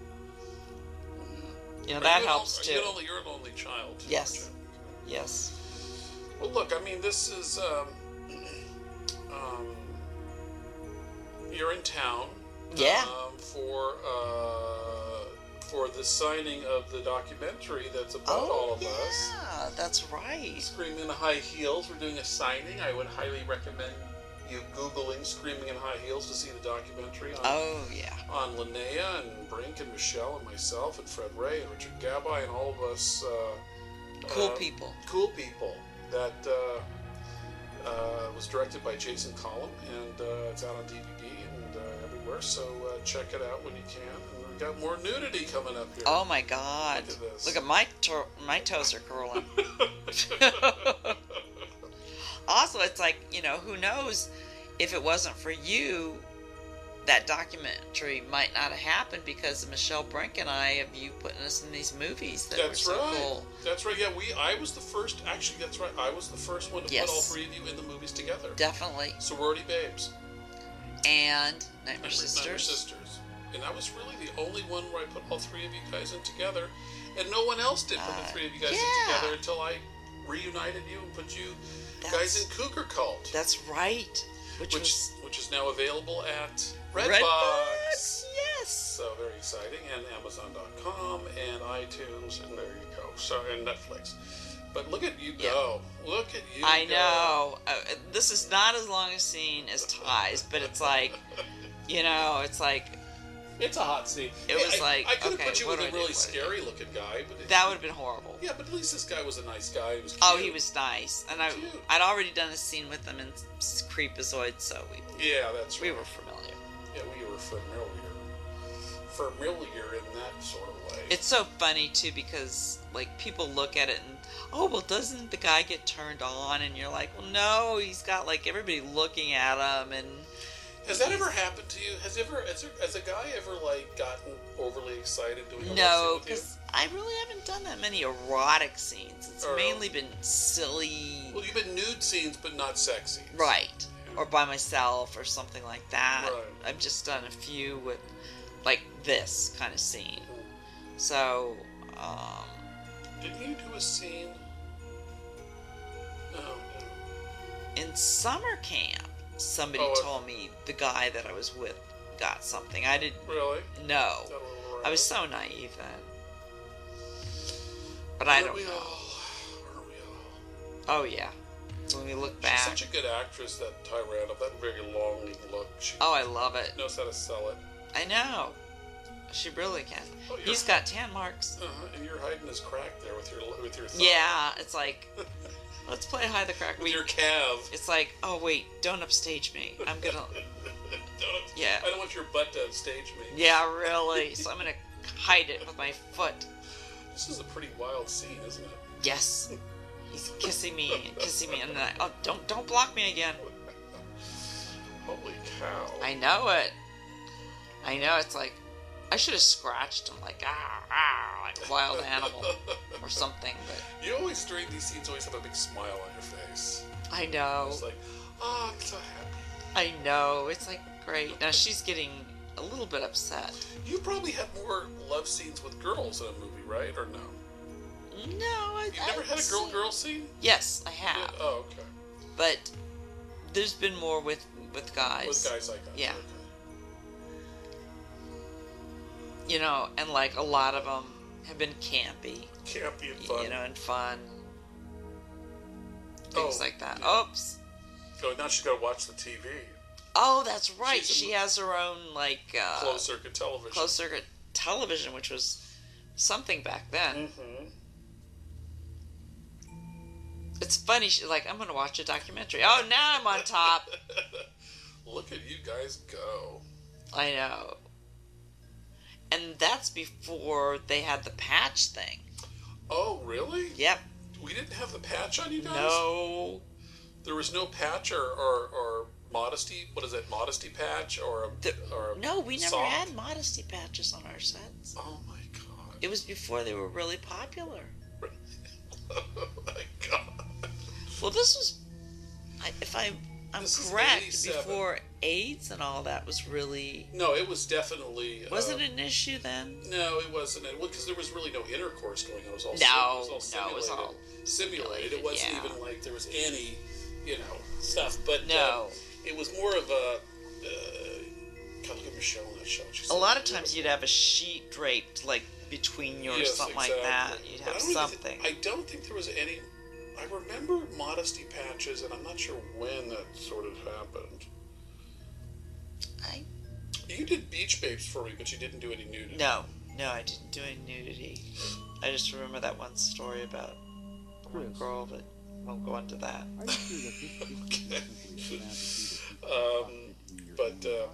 S1: you know
S2: Are
S1: that
S2: you an
S1: helps
S2: only-
S1: too.
S2: You're an only, you're an only child.
S1: Yes. Yes.
S2: Well, look, I mean, this is. Um, um, you're in town.
S1: Yeah.
S2: Um, for uh, for the signing of the documentary that's about all
S1: Oh,
S2: of
S1: yeah,
S2: us.
S1: that's right.
S2: Screaming in High Heels. We're doing a signing. I would highly recommend you googling "Screaming in High Heels" to see the documentary on,
S1: Oh yeah.
S2: on Linnea and Brink and Michelle and myself and Fred Ray and Richard Gabby and all of us. Uh,
S1: Cool
S2: uh,
S1: people.
S2: cool people that uh, uh, was directed by Jason Collum, and uh, it's out on DVD and uh, everywhere. So uh, check it out when you can. And we got more nudity coming up here.
S1: Oh my God!
S2: Look at this.
S1: Look at my to- my toes are curling. also, it's like you know who knows if it wasn't for you, that documentary might not have happened because of Michelle Brink and I of you putting us in these movies that
S2: That's
S1: were so
S2: right.
S1: cool.
S2: That's right. Yeah, we. I was the first. Actually, that's right. I was the first one to
S1: Yes.
S2: put all three of you in the movies together.
S1: Definitely.
S2: Sorority babes.
S1: And Nightmare
S2: Remember- Remember
S1: Sisters.
S2: sisters. And I was really the only one where I put all three of you guys in together, and no one else did put
S1: Uh,
S2: the three of you guys
S1: yeah.
S2: in together until I reunited you and put you
S1: That's-
S2: guys in Cougar Cult,
S1: That's right. Which,
S2: which
S1: was
S2: which is now available at Redbox.
S1: Redbox, Yes.
S2: So very exciting, and Amazon.com and iTunes, and there you go. So and Netflix. But look at you
S1: Yeah.
S2: go! Look at you!
S1: I
S2: go.
S1: know. Uh, this is not as long a scene as Ties, but it's like, you know, it's like
S2: It's a hot scene.
S1: It
S2: Hey,
S1: was
S2: I-
S1: like,
S2: I could have
S1: okay,
S2: put you
S1: what
S2: with
S1: do
S2: a
S1: I do? What
S2: really
S1: do I do?
S2: scary-looking guy, but it-
S1: that would have been horrible.
S2: Yeah, but at least this guy was a nice guy. He was cute.
S1: Oh, he was nice, and I
S2: Cute.
S1: I'd already done a scene with him in S- Creepazoid, so we
S2: Yeah, that's
S1: we
S2: right.
S1: were familiar.
S2: Yeah, we were familiar. Familiar in that sort of way.
S1: It's so funny too because like people look at it and oh well doesn't the guy get turned on and you're like well no he's got like everybody looking at him and
S2: has that ever happened to you? Has ever has, there, has a guy ever like gotten overly excited doing
S1: no
S2: a love scene with
S1: because I really haven't done that many erotic scenes. It's
S2: Or-
S1: mainly been silly,
S2: you? Well, you've been nude scenes, but not sexy.
S1: right, or by myself or something like that.
S2: Right.
S1: I've just done a few with like this kind of scene. So, um,
S2: Didn't you do a scene? No.
S1: in summer camp, somebody
S2: Oh, uh,
S1: told me the guy that I was with got something. I didn't
S2: Really?
S1: know.
S2: Got a little
S1: I was
S2: aroused.
S1: so naive then. But I
S2: Aren't
S1: don't
S2: we
S1: know.
S2: all? Aren't we all?
S1: Oh, yeah. When we look
S2: She's
S1: back.
S2: such a good actress, that Tyrant, of that very long look. She
S1: Oh, I Oh, love it.
S2: knows how to sell it.
S1: I know. She really can.
S2: Oh, you're-
S1: He's got tan marks.
S2: Uh-huh, and you're hiding his crack there with your with your thumb,
S1: Yeah, it's like, let's play hide the crack.
S2: with
S1: We,
S2: your calf.
S1: it's like, oh wait, don't upstage me. I'm gonna.
S2: Don't-
S1: Yeah.
S2: I don't want your butt to upstage me.
S1: Yeah, really. So I'm gonna hide it with my foot.
S2: This is a pretty wild scene, isn't it?
S1: Yes. He's kissing me and kissing me, and then I, oh, don't don't block me again.
S2: Holy cow!
S1: I know it. I know it's like I should have scratched him like ah ah like a wild animal or something. But
S2: You always during these scenes always have a big smile on your face.
S1: I know,
S2: It's like, oh, I'm so happy.
S1: I know. It's like great. Now she's getting a little bit upset.
S2: You probably have more love scenes with girls in a movie, right? Or no?
S1: No, I
S2: You've never
S1: I've
S2: had a girl
S1: seen-
S2: girl scene?
S1: Yes, I have,
S2: Oh, okay.
S1: but there's been more with with guys.
S2: With guys like that.
S1: Yeah.
S2: Okay.
S1: You know, and like a lot of them have been campy.
S2: Can't be fun.
S1: you know, and fun.
S2: Oh,
S1: Things like that.
S2: yeah.
S1: Oops.
S2: Oh, now she's got to watch the TV.
S1: Oh, that's right.
S2: She's a
S1: She
S2: mo-
S1: has her own like uh,
S2: Closed circuit television.
S1: closed circuit television, which was something back then.
S2: Mm-hmm.
S1: It's funny. She's like, I'm gonna watch a documentary. Oh, now I'm on top.
S2: Look at you guys go.
S1: I know. And that's before they had the patch thing.
S2: Oh, really?
S1: Yep.
S2: We didn't have the patch on you guys?
S1: No.
S2: There was no patch or, or, or modesty. What is it? Modesty patch or a.
S1: The-
S2: or a
S1: No, we never
S2: sock?
S1: had modesty patches on our sets.
S2: Oh, my God.
S1: It was before they were really popular.
S2: oh my god.
S1: Well, this was, I- if I, I'm
S2: This is
S1: correct,
S2: 87.
S1: before AIDS and all that was really
S2: No, it was definitely.
S1: wasn't
S2: uh,
S1: an issue then.
S2: No, it wasn't. It because there was really no intercourse going on. It was all
S1: No,
S2: sim-
S1: no, it was all
S2: simulated.
S1: simulated,
S2: It wasn't
S1: yeah.
S2: even like there was any, you know, stuff. But
S1: No,
S2: uh, it was more of a. Uh, God, look at Michelle in that show. She's
S1: a lot of
S2: so
S1: times
S2: beautiful.
S1: you'd have a sheet draped like between you or
S2: Yes,
S1: something like
S2: exactly.
S1: that. You'd
S2: But I
S1: have
S2: don't even thi-
S1: something.
S2: I don't think there was any. I remember modesty patches, and I'm not sure when that sort of happened.
S1: I,
S2: You did beach babes for me, but you didn't do any nudity.
S1: no, no, I didn't do any nudity. I just remember that one story about one
S7: Chris.
S1: girl, but won't go into that.
S7: Are you sure that this is
S2: Um, but, uh,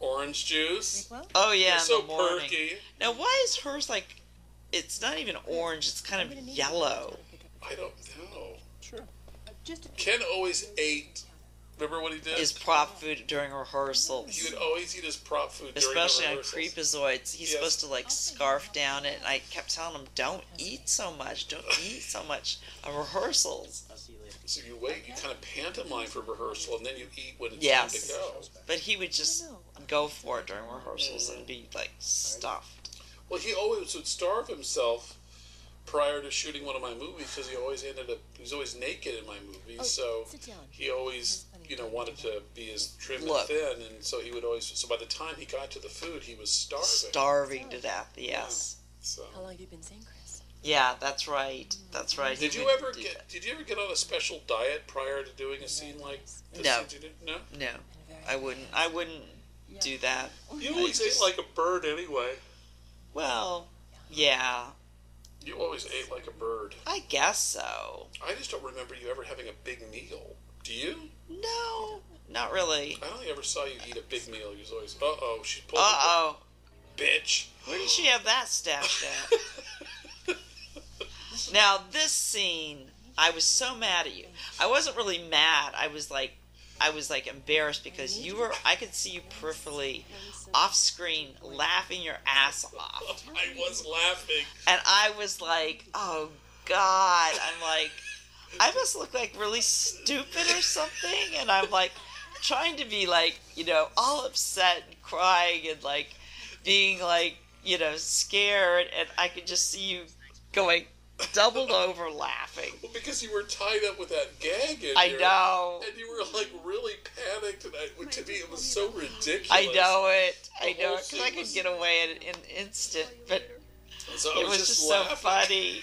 S2: orange juice.
S5: Well,
S1: Oh yeah,
S2: They're
S1: in
S2: so
S1: the morning.
S2: perky.
S1: Now, why is hers like? It's not even orange. It's kind of yellow.
S2: I don't know.
S5: Just a
S2: Ken always ate. Remember what he did?
S1: Is prop food during rehearsals.
S2: he would always eat his prop food, during the
S1: especially on
S2: rehearsals.
S1: creepazoids he's
S2: Yes.
S1: supposed to like scarf down it and i kept telling him don't eat so much don't eat so much on rehearsals
S9: I'll see you later.
S2: So you wait, you kind of pantomime for rehearsal, and then you eat when it's
S1: Yes.
S2: time to go.
S1: but he would just go for it during rehearsals and be like stuffed
S2: Well, he always would starve himself prior to shooting one of my movies because he always ended up he was always naked in my movies.
S5: Oh,
S2: so
S5: sit down.
S2: he always you know wanted to be as trim
S1: Look.
S2: and thin, and so he would always. So by the time he got to the food, he was starving.
S1: starving to death yes
S2: so.
S5: How long have you been saying, Chris?
S1: yeah that's right that's right He
S2: Did you
S1: would
S2: ever
S1: do
S2: get? Did you ever get on a special diet prior to doing a scene like this?
S1: No.
S2: that you did? No.
S1: that. no i wouldn't i wouldn't do that
S2: You always ate like a bird anyway.
S1: well yeah
S2: You always ate like a bird.
S1: i guess so
S2: I just don't remember you ever having a big meal. Do you?
S1: no not really
S2: I only ever saw you eat a big meal. You was always, uh oh, she pulled a
S1: uh-oh
S2: bitch.
S1: Where did she have that stashed at? now this scene, I was so mad at you. I wasn't really mad. I was like, I was like embarrassed because you were. I could see you peripherally, off screen, laughing your ass off,
S2: I was laughing.
S1: and I was like, oh god. I'm like, I must look like really stupid or something, and I'm like, trying to be like, you know, all upset and crying and like being like, you know, scared, and I could just see you going doubled over laughing.
S2: Well, because you were tied up with that gag in
S1: I
S2: your-
S1: know.
S2: And you were like really panicked, and I, to me it was so ridiculous.
S1: I know it. I
S2: The
S1: know
S2: whole
S1: it because I
S2: scene
S1: could
S2: was-
S1: get away in an instant, but
S2: So I
S1: it was just so
S2: laughing.
S1: funny.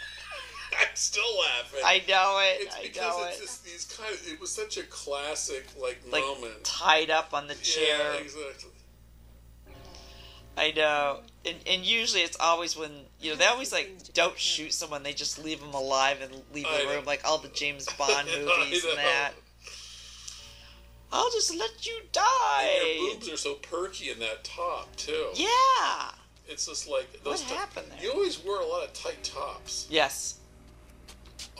S2: I'm still laughing.
S1: I know it.
S2: it's
S1: I
S2: because
S1: know
S2: it's
S1: it.
S2: just these kind of. It was such a classic like,
S1: Like
S2: moment.
S1: tied up on the chair.
S2: Yeah, exactly.
S1: I know. And, and usually it's always when, you know, they always like don't shoot someone, they just leave them alive and leave
S2: I
S1: the
S2: know.
S1: room, like all the James Bond
S2: I
S1: movies and
S2: know.
S1: that. I'll just let you
S2: And your
S1: die.
S2: boobs are so perky in that top too.
S1: Yeah.
S2: It's just like
S1: What
S2: those. ti-
S1: happened there?
S2: You always wear a lot of tight tops.
S1: Yes.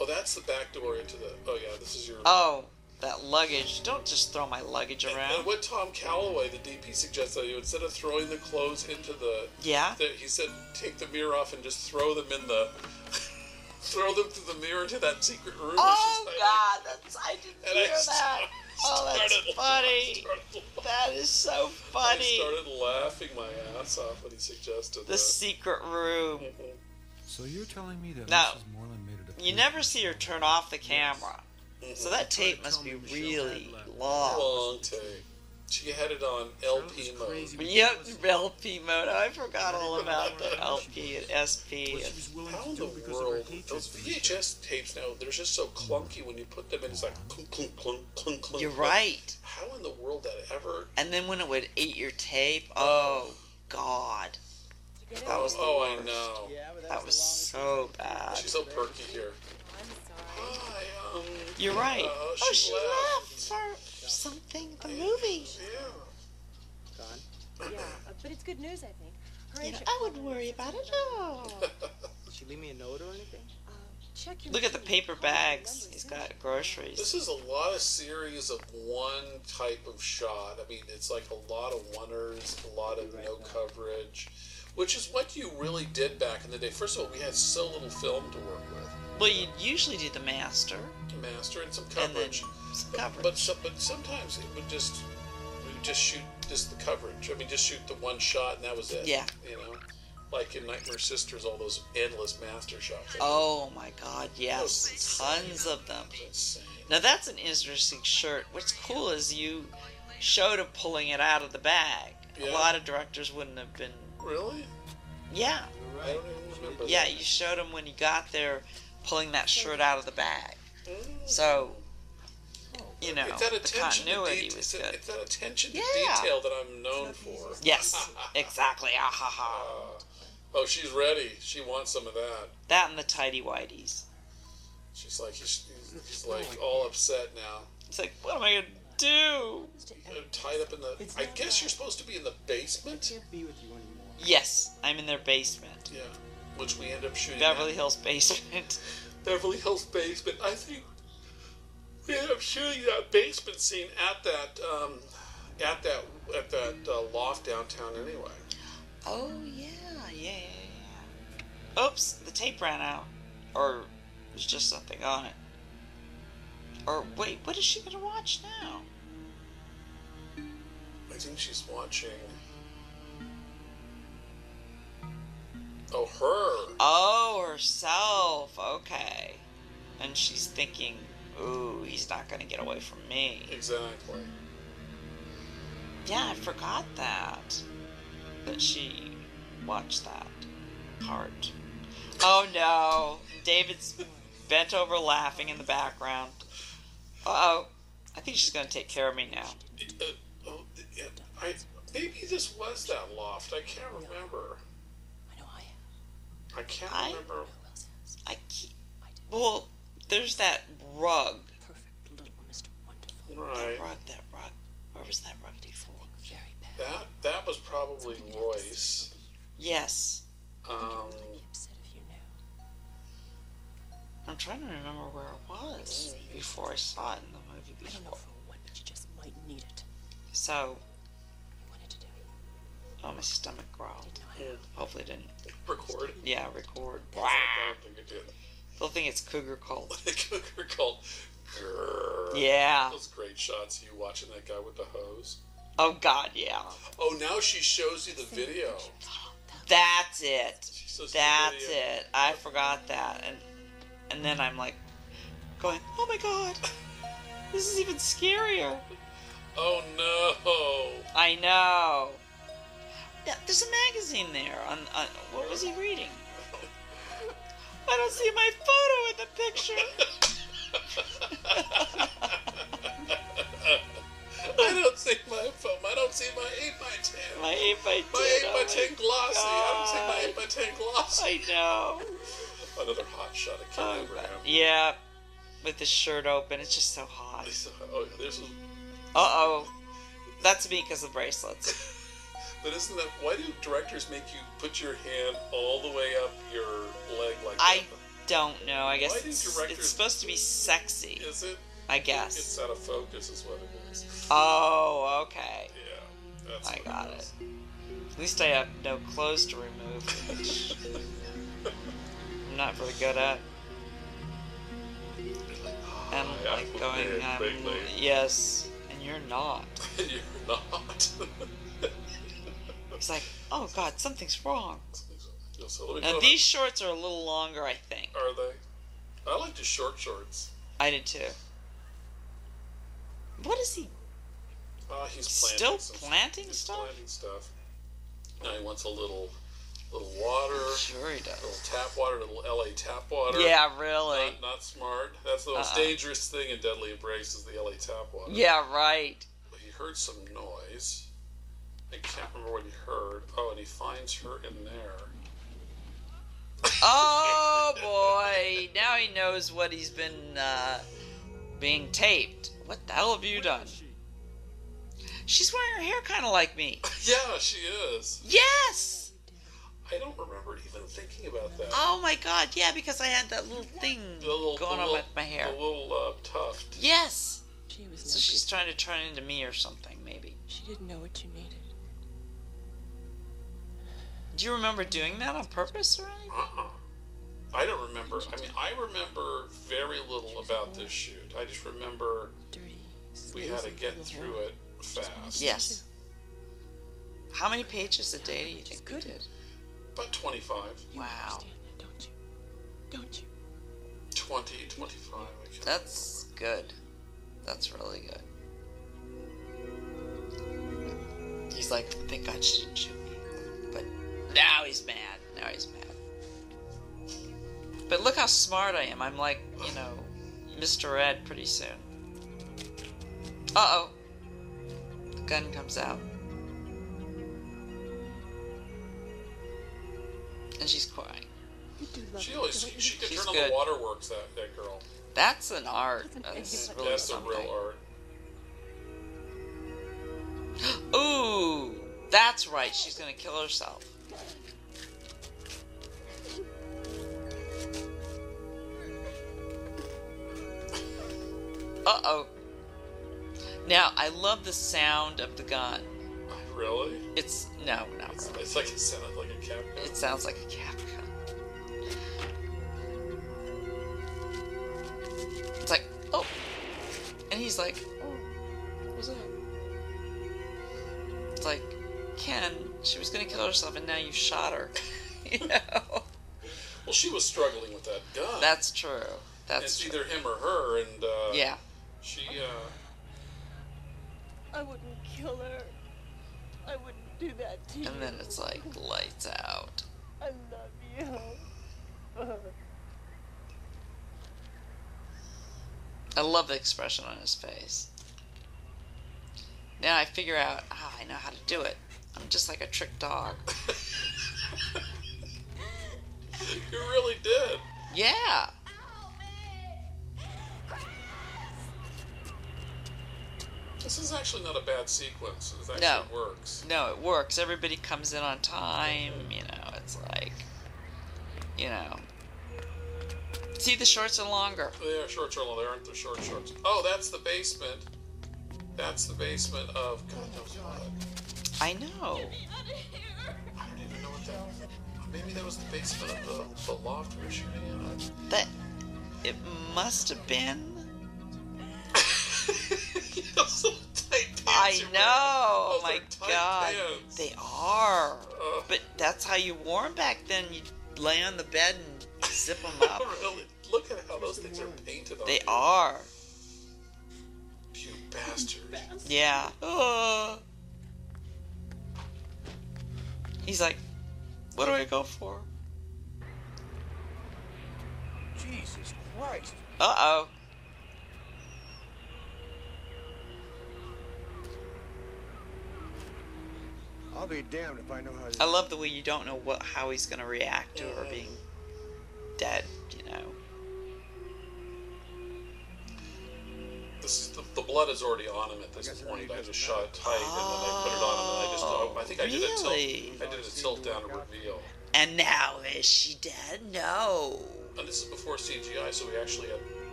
S2: Oh, that's the back door into the. Oh yeah, this is your.
S1: Oh, that luggage. Don't just throw my luggage
S2: and,
S1: around.
S2: and what Tom Calloway, the DP, suggests that you instead of throwing the clothes into the,
S1: Yeah.
S2: the he said take the mirror off and just throw them in the, throw them through the mirror to that secret room.
S1: Oh
S2: It's just like-
S1: God, that's I didn't
S2: And I
S1: hear that.
S2: started,
S1: Oh, that's
S2: started-
S1: funny.
S2: started-
S1: That is so
S2: I
S1: funny.
S2: started laughing my ass off when he suggested Mm-hmm.
S1: The secret room.
S2: that.
S10: So you're telling me that
S1: Now,
S10: Mrs. Moreland made it a
S1: You never see her turn off the camera,
S2: Mhm.
S1: so that tape must be really long.
S2: long tape. She had it on LP mode.
S6: crazy.
S1: Yep, LP mode. I forgot all about the LP and
S6: What
S1: SP.
S6: she was willing
S2: How
S6: to
S2: in the
S6: do because of her
S2: world?
S6: hatred
S2: Those
S6: for Michelle.
S2: VHS tapes now, they're just so clunky when you put them in. It's like clunk, clunk, clunk, clunk, clunk.
S1: You're
S2: clunk.
S1: right.
S2: How in the world that ever.
S1: And then when it would eat your tape, oh God, that was the
S2: oh, I
S1: worst.
S2: know.
S6: Yeah, but
S1: that was
S6: the
S1: so bad.
S2: She's so perky here.
S5: I'm sorry.
S2: Hi, um.
S1: You're right.
S2: uh,
S1: Oh,
S2: she
S1: she
S2: left.
S1: left for something. The movie.
S2: Yeah.
S6: longest-
S5: Yeah, uh, but it's good news, I think. Her
S1: You know,
S5: agent
S1: I wouldn't
S5: called
S1: worry
S5: and said
S1: about it
S5: something
S1: at all.
S6: Did she leave me a note or anything?
S5: about, um, check your
S1: Look at the
S5: machine.
S1: paper
S5: Call the
S1: bags.
S5: numbers
S1: He's
S5: now.
S1: got groceries.
S2: This is a lot of series of one type of shot. I mean, it's like a lot of oneers, a lot of no coverage, which is what you really did back in the day. First of all, we had so little film to work with,
S1: Well, you usually do the master
S2: master and some
S1: and then
S2: coverage.
S1: some
S2: But-
S1: coverage.
S2: But so, but sometimes it would just we would just shoot just the coverage. I mean, just shoot the one shot and that was it.
S1: Yeah.
S2: You know, like in Nightmare Sisters, all those endless master shots.
S1: Oh my God! Yes, tons of them.
S2: Insane.
S1: Now that's an interesting shirt. What's cool is you showed him pulling it out of the bag.
S2: Yeah.
S1: A lot of directors wouldn't have been.
S2: Really?
S1: Yeah,
S6: You're
S2: I don't even remember.
S1: yeah.
S2: that.
S1: You showed him when he got there, pulling that shirt out of the bag. So, you know,
S2: Mm. Oh, it's that
S1: the
S2: attention to
S1: continuity
S2: detail.
S1: was
S2: It's, that-
S1: good.
S2: it's that attention to
S1: Yeah.
S2: detail that I'm known for.
S1: Yes, exactly. Ah ha ha.
S2: Uh, oh, she's ready. She wants some of that.
S1: That and the tidy whities.
S2: She's like he's, he's,
S7: Oh
S2: he's like all upset now.
S1: It's like, what am I gonna do?
S2: Uh, Tied up in the.
S7: It's
S2: I
S7: not
S2: guess
S7: bad.
S2: you're supposed to be in the basement.
S7: can't be with you anymore.
S1: Yes, I'm in their basement,
S2: Yeah. Which we end up shooting.
S1: Beverly
S2: at.
S1: Hills basement.
S2: Beverly Hills basement. I think we end up shooting that basement scene at that um, at that at that uh, loft downtown anyway.
S1: Oh yeah, yeah, yeah, yeah. Oops, the tape ran out, or there's just something on it. Or wait, what is she gonna watch now?
S2: I think she's watching. Oh, her.
S1: Oh, herself. Okay, and she's thinking, "Ooh, he's not gonna get away from me."
S2: Exactly.
S1: Yeah, I forgot that. That she watched that part. Oh no, David's bent over laughing in the background. Uh oh, I think she's gonna take care of me now.
S2: Uh, oh, yeah, I, maybe this was that loft. I can't remember.
S5: I know I have.
S2: I can't
S1: I-
S2: remember.
S5: Who else has?
S1: I keep. Well, there's that rug.
S5: Perfect little Mr. Wonderful.
S1: That
S2: Right.
S1: rug, that rug. Where was that rug before?
S5: Very bad.
S2: That that was probably Royce.
S1: Yes.
S2: Um,
S5: I'd be upset if you knew.
S1: I'm trying to remember where it was before I saw it in the movie
S5: I don't know
S1: before.
S5: for what, but you just might need it.
S1: So,
S5: You wanted to do it.
S1: oh, my stomach growled. Hopefully it didn't.
S2: record.
S1: Yeah, record.
S2: I don't think it did.
S1: They'll think it's Cougar Cult.
S2: The cooker called. Grrr.
S1: Yeah.
S2: Those great shots of you watching that guy with the hose.
S1: Oh, God, yeah.
S2: Oh, now she shows you the video.
S1: That's it.
S2: She shows you the
S1: That's
S2: video.
S1: it. I forgot that, and and then I'm like, going, oh my god, this is even scarier.
S2: Oh no!
S1: I know. Yeah, there's a magazine there. On, on what was he reading? I don't see my photo in the picture.
S2: I don't see see my film. I don't see my eight by ten.
S1: My 8 by 10.
S2: My eight
S1: oh
S2: by ten glossy. I
S1: God.
S2: don't see my eight by ten glossy.
S1: I know.
S2: Another hot shot of Ken
S1: Oh, God.
S2: Abraham.
S1: Yeah, with his shirt open. It's just so hot.
S2: Oh, this is.
S1: Uh oh. That's me because of bracelets.
S2: But isn't that why do directors make you put your hand all the way up your leg like
S1: I
S2: that?
S1: don't know. I guess
S2: Why do
S1: it's,
S2: directors-
S1: it's supposed to be sexy.
S2: Is it?
S1: I
S2: It's
S1: guess.
S2: out of focus, is what it is.
S1: Oh, okay.
S2: Yeah, that's.
S1: I
S2: what
S1: got
S2: it. is.
S1: At least I have no clothes to remove, which I'm not very good at. And
S2: I am
S1: like going,
S2: prepared,
S1: um,
S2: big lady.
S1: yes, and you're not.
S2: You're not.
S1: It's like, oh god, something's wrong.
S2: so let me
S1: Now
S2: put
S1: these shorts are a little longer, I think.
S2: up- Are they? I like the short shorts.
S1: I did too. What is he?
S2: Ah, he's planting
S1: Still
S2: some-
S1: planting
S2: he's
S1: stuff?
S2: Planting stuff. Now he wants a little, little water, a
S1: Sure he does.
S2: little tap water, a little LA tap water.
S1: Yeah, really.
S2: Not, not smart. That's the most
S1: Uh-uh.
S2: dangerous thing in Deadly Embrace is the LA tap water.
S1: Yeah, right.
S2: He heard some noise. I can't remember what he heard. Oh, and he finds her in there.
S1: Oh boy, now he knows what he's been uh, being taped. What the hell have you done? She's wearing her hair kind of like me.
S2: Yeah, she is.
S1: Yes.
S2: I don't remember even thinking about that.
S1: Oh my god, yeah, because I had that little thing
S2: The little-
S1: going on
S2: the little-
S1: with my hair.
S2: The little uh, tuft.
S1: Yes.
S5: She was no
S1: So she's
S5: good.
S1: trying to turn into me or something, maybe.
S5: She didn't know what you needed.
S1: Do you remember doing that on purpose or anything?
S2: Uh-uh. I don't remember. I mean, I remember very little about this shoot. I just remember
S5: Dirty.
S2: we had to
S5: sleazy
S2: get
S5: little
S2: through
S5: whore.
S2: it fast.
S1: Yes. How many pages a day do you think we did?
S2: About 25.
S5: You
S1: Wow.
S5: understand that, don't you? Don't you?
S2: 20, 25. I can't
S1: That's good. That's really good. He's like, thank God she didn't shoot me. But now he's mad. Now he's mad. But look how smart I am. I'm like, you know, Mr. Ed pretty soon. Uh oh. The gun comes out. And she's crying.
S5: You do love
S2: She
S5: me,
S2: always
S5: don't you?
S2: she could
S1: She's
S2: turn on
S1: good.
S2: the waterworks. That that girl.
S1: That's an art.
S5: Doesn't
S1: That's
S5: everybody-
S1: really
S2: That's the
S1: something.
S2: real art.
S1: Ooh, that's right. She's gonna kill herself. Uh oh. Now I love the sound of the gun.
S2: Really?
S1: It's no, not
S2: It's,
S1: really.
S2: it's like it sounded like a cap.
S1: It sounds like a cap gun. It's like oh, and he's like oh, what was that? It's like Ken, she was gonna kill herself, and now you shot her. you know,
S2: Well, she was struggling with that gun.
S1: that's true. That's
S2: it's
S1: true.
S2: either him or her, and uh,
S1: yeah.
S2: she. Uh,
S4: I wouldn't kill her. I wouldn't do that to you.
S1: And then it's like lights out.
S4: I love you.
S1: I love the expression on his face. Now I figure out, ah, I know how to do it. I'm just like a trick dog.
S2: you really did.
S1: Yeah.
S2: This is actually not a bad sequence. It actually
S1: No.
S2: works.
S1: No, it works. Everybody comes in on time. You know, it's like, you know. See, the shorts are longer.
S2: They are short shorts. They aren't the short shorts. Oh, that's the basement. That's the basement of God knows what.
S1: I know.
S2: I don't even know what that. Maybe that was the basement of the, the loft we were shooting in.
S1: That it must have been.
S2: Those little tight pants
S1: I
S2: you
S1: know.
S2: wear.
S1: Oh
S2: Those
S1: my
S2: are tight
S1: god,
S2: pants.
S1: they are.
S2: Ugh.
S1: But that's how you wore them back then. You lay on the bed and zip them up.
S2: really, look at how those things are painted on.
S1: They
S2: you.
S1: are.
S2: You bastard.
S1: Yeah. Uh. He's like, what do I go for?
S6: Jesus Christ.
S1: Uh oh.
S3: I'll be damned if I know how.
S1: I
S3: To...
S1: love the way you don't know what how he's gonna react to her being dead. You know.
S2: This is the, the blood is already on him at this
S3: guess it
S2: point.
S3: really
S2: I just
S3: doesn't
S2: shot it tight and then I put it on him and I just I, think I did a
S1: really?
S2: tilt. I did a tilt down and reveal.
S1: And now is she dead? No.
S2: And this is before CGI, so we actually had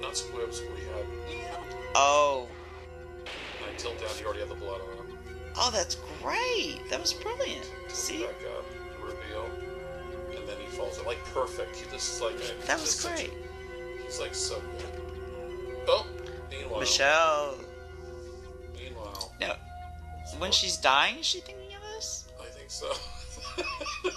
S2: not squibs. We had
S1: Oh.
S2: and I tilt down. You already had the blood on him.
S1: Oh, that's great. That was brilliant. See,
S2: Back up, reveal, and then he falls. Like perfect. He just like a,
S1: that was
S2: just such-
S1: great.
S2: He's like so good. Oh, meanwhile,
S1: Michelle.
S2: Meanwhile,
S1: Now, when she's dying, is she thinking of this?
S2: I think so.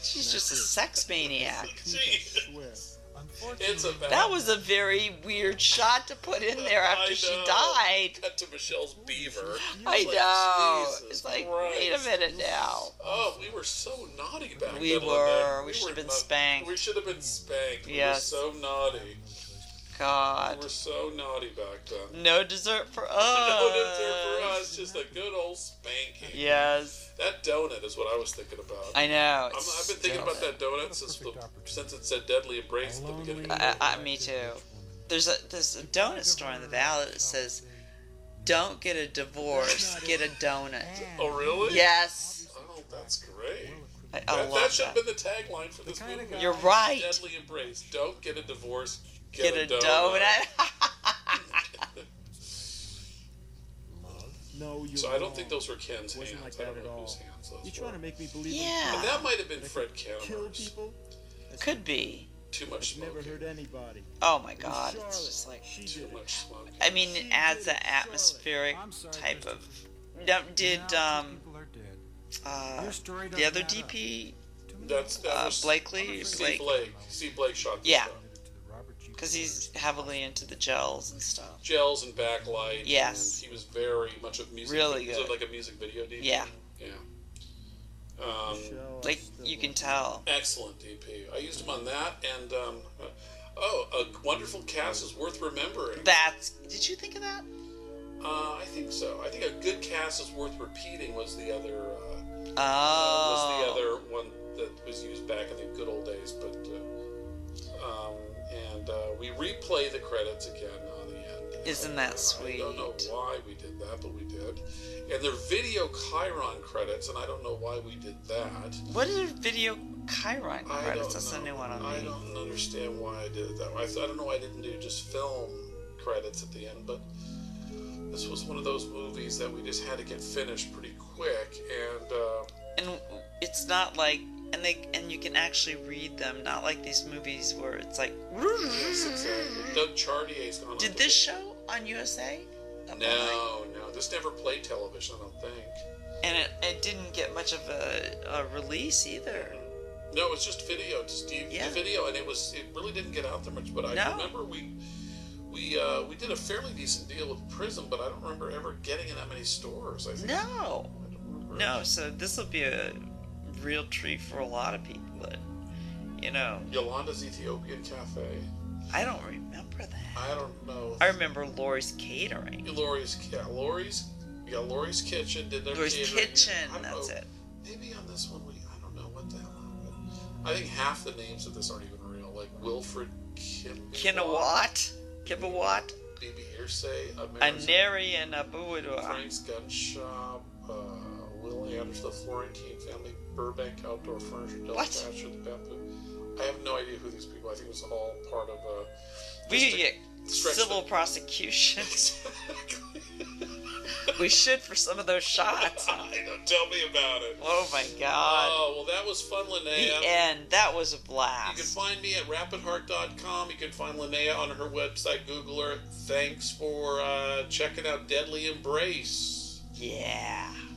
S1: She's just a sex maniac.
S2: Gee,
S7: Swear. Unfortunately,
S2: it's a bad.
S1: That was a very weird shot to put in there after
S2: I
S1: she
S2: know.
S1: died.
S2: Cut to Michelle's beaver.
S1: I
S2: Like,
S1: know.
S2: Jesus
S1: It's like,
S2: Christ.
S1: wait a minute now.
S2: Oh, we were so naughty back
S1: We
S2: then. Lynette.
S1: were. We should have been
S2: not-
S1: spanked.
S2: We should have been spanked.
S1: Yes.
S2: We were so naughty. We
S1: God.
S2: were so naughty back then.
S1: No dessert for us.
S2: No dessert for us, just a good old spanking.
S1: Yes,
S2: That donut is what I was thinking about.
S1: I know.
S2: I'm, I've been thinking about that donut since the, since it said deadly embrace at the beginning.
S1: I- I- me too. There's a there's a donut store in the valley that says, "Don't get a divorce, get a donut."
S2: Oh really?
S1: Yes,
S2: Oh, that's great.
S1: I, I
S2: That, that
S1: love
S2: should have
S1: that.
S2: been the tagline for this movie.
S1: You're right.
S2: Deadly embrace. Don't get a divorce. Get,
S1: Get a donut.
S7: no, you're
S2: so I don't
S7: wrong.
S2: think those were Ken's
S7: Wasn't
S2: hands.
S7: like
S2: I don't
S7: that at
S2: know
S7: all.
S2: whose hands those
S7: You're
S2: were.
S7: trying to make me believe
S2: But
S1: yeah,
S2: that might have been
S7: that I
S2: Fred
S7: could kill
S2: Canamer's.
S7: people. That's
S1: could be.
S2: Too much
S7: I've never
S2: smoking.
S7: hurt anybody.
S1: Oh my
S7: It was
S1: God,
S7: Charlotte.
S1: it's just like.
S7: she
S2: Too
S7: did it.
S2: much smoking.
S1: I mean, it adds an atmospheric type of. No, did um
S10: People are dead.
S1: uh,
S10: Your story
S1: the
S10: doesn't
S1: other
S10: add up.
S1: DP
S10: To me,
S2: That's that
S1: uh,
S2: was
S1: Blakely
S2: C.
S1: Blake
S2: Blake. C. Blake shot this
S1: Yeah.
S2: down.
S10: to the Robert G.
S1: because he's heavily into the gels and stuff.
S2: Gels and backlight.
S1: Yes.
S2: And he was very much a music.
S1: Really
S2: he was
S1: good.
S2: like a music video DJ.
S1: Yeah,
S2: Yeah. Um,
S7: Michelle, I
S1: like
S7: still
S1: you
S7: love
S1: can
S7: her.
S1: tell.
S2: excellent DP. I used him on that and um, uh, oh, a wonderful cast is worth remembering.
S1: That's. Did you think of that?
S2: Uh, I think so. I think a good cast is worth repeating was the other uh, was the
S1: Oh.
S2: other one that was used back in the good old days. But uh, um, and uh, we replay the credits again on the end.
S1: Isn't that
S2: I don't know
S1: sweet?
S2: why we did that, but we did. And they're video Chiron credits, and I don't know why we did that.
S1: What is video Chiron
S2: I
S1: credits?
S2: don't
S1: That's
S2: know.
S1: a new one on
S2: I
S1: me.
S2: don't understand why I did it that way. I, I don't know why I didn't do just film credits at the end, but this was one of those movies that we just had to get finished pretty quick, and uh,
S1: And it's not like and they and you can actually read them, not like these movies where it's like.
S2: yes, exactly. Doug Chartier's gone. on
S1: Hmm. Did
S2: to
S1: this show on USA?
S2: the- No, no, this never played television. I don't think.
S1: And it, it didn't get much of a, a release either.
S2: No, it's just video, just D-
S1: Yeah.
S2: video, and it was it really didn't get out there much. But I
S1: No.
S2: remember we we uh, we did a fairly decent deal with Prism, but I don't remember ever getting in that many stores. I think.
S1: No.
S2: I don't remember.
S1: No, so this will be a real treat for a lot of people that, you know,
S2: Yolanda's Ethiopian Cafe.
S1: I don't remember that.
S2: I don't know.
S1: I remember Lori's catering.
S2: Lori's, yeah, Lori's, yeah, Lori's Kitchen did their
S1: Lori's
S2: catering.
S1: kitchen,
S2: I don't
S1: that's
S2: know,
S1: it.
S2: Maybe on this one we, I don't know what the hell. happened. I think half the names of this aren't even real. Like Wilfred Kim,
S1: Kinnawat, Kibbawat,
S2: Bibi Hearsay, American
S1: Aneri, and Abuadua.
S2: Frank's Gun Shop, uh, Will Anders, the Florentine Family, Burbank Outdoor Furniture, Del
S1: What?
S2: Thatcher, the Bamboo. I have no idea who these people. I think it was all part of a.
S1: We
S2: just
S1: could
S2: to
S1: get
S2: stretch
S1: civil
S2: the-
S1: prosecution. we should for some of those shots.
S2: I know. Tell me about it.
S1: Oh my god.
S2: Oh, well, that was fun,
S1: The
S2: Linnea.
S1: end. That was a
S2: You can
S1: blast.
S2: find me at rapidheart.com. You can find Linnea on her website. Google her. Thanks for uh, checking out Deadly Embrace.
S1: Yeah.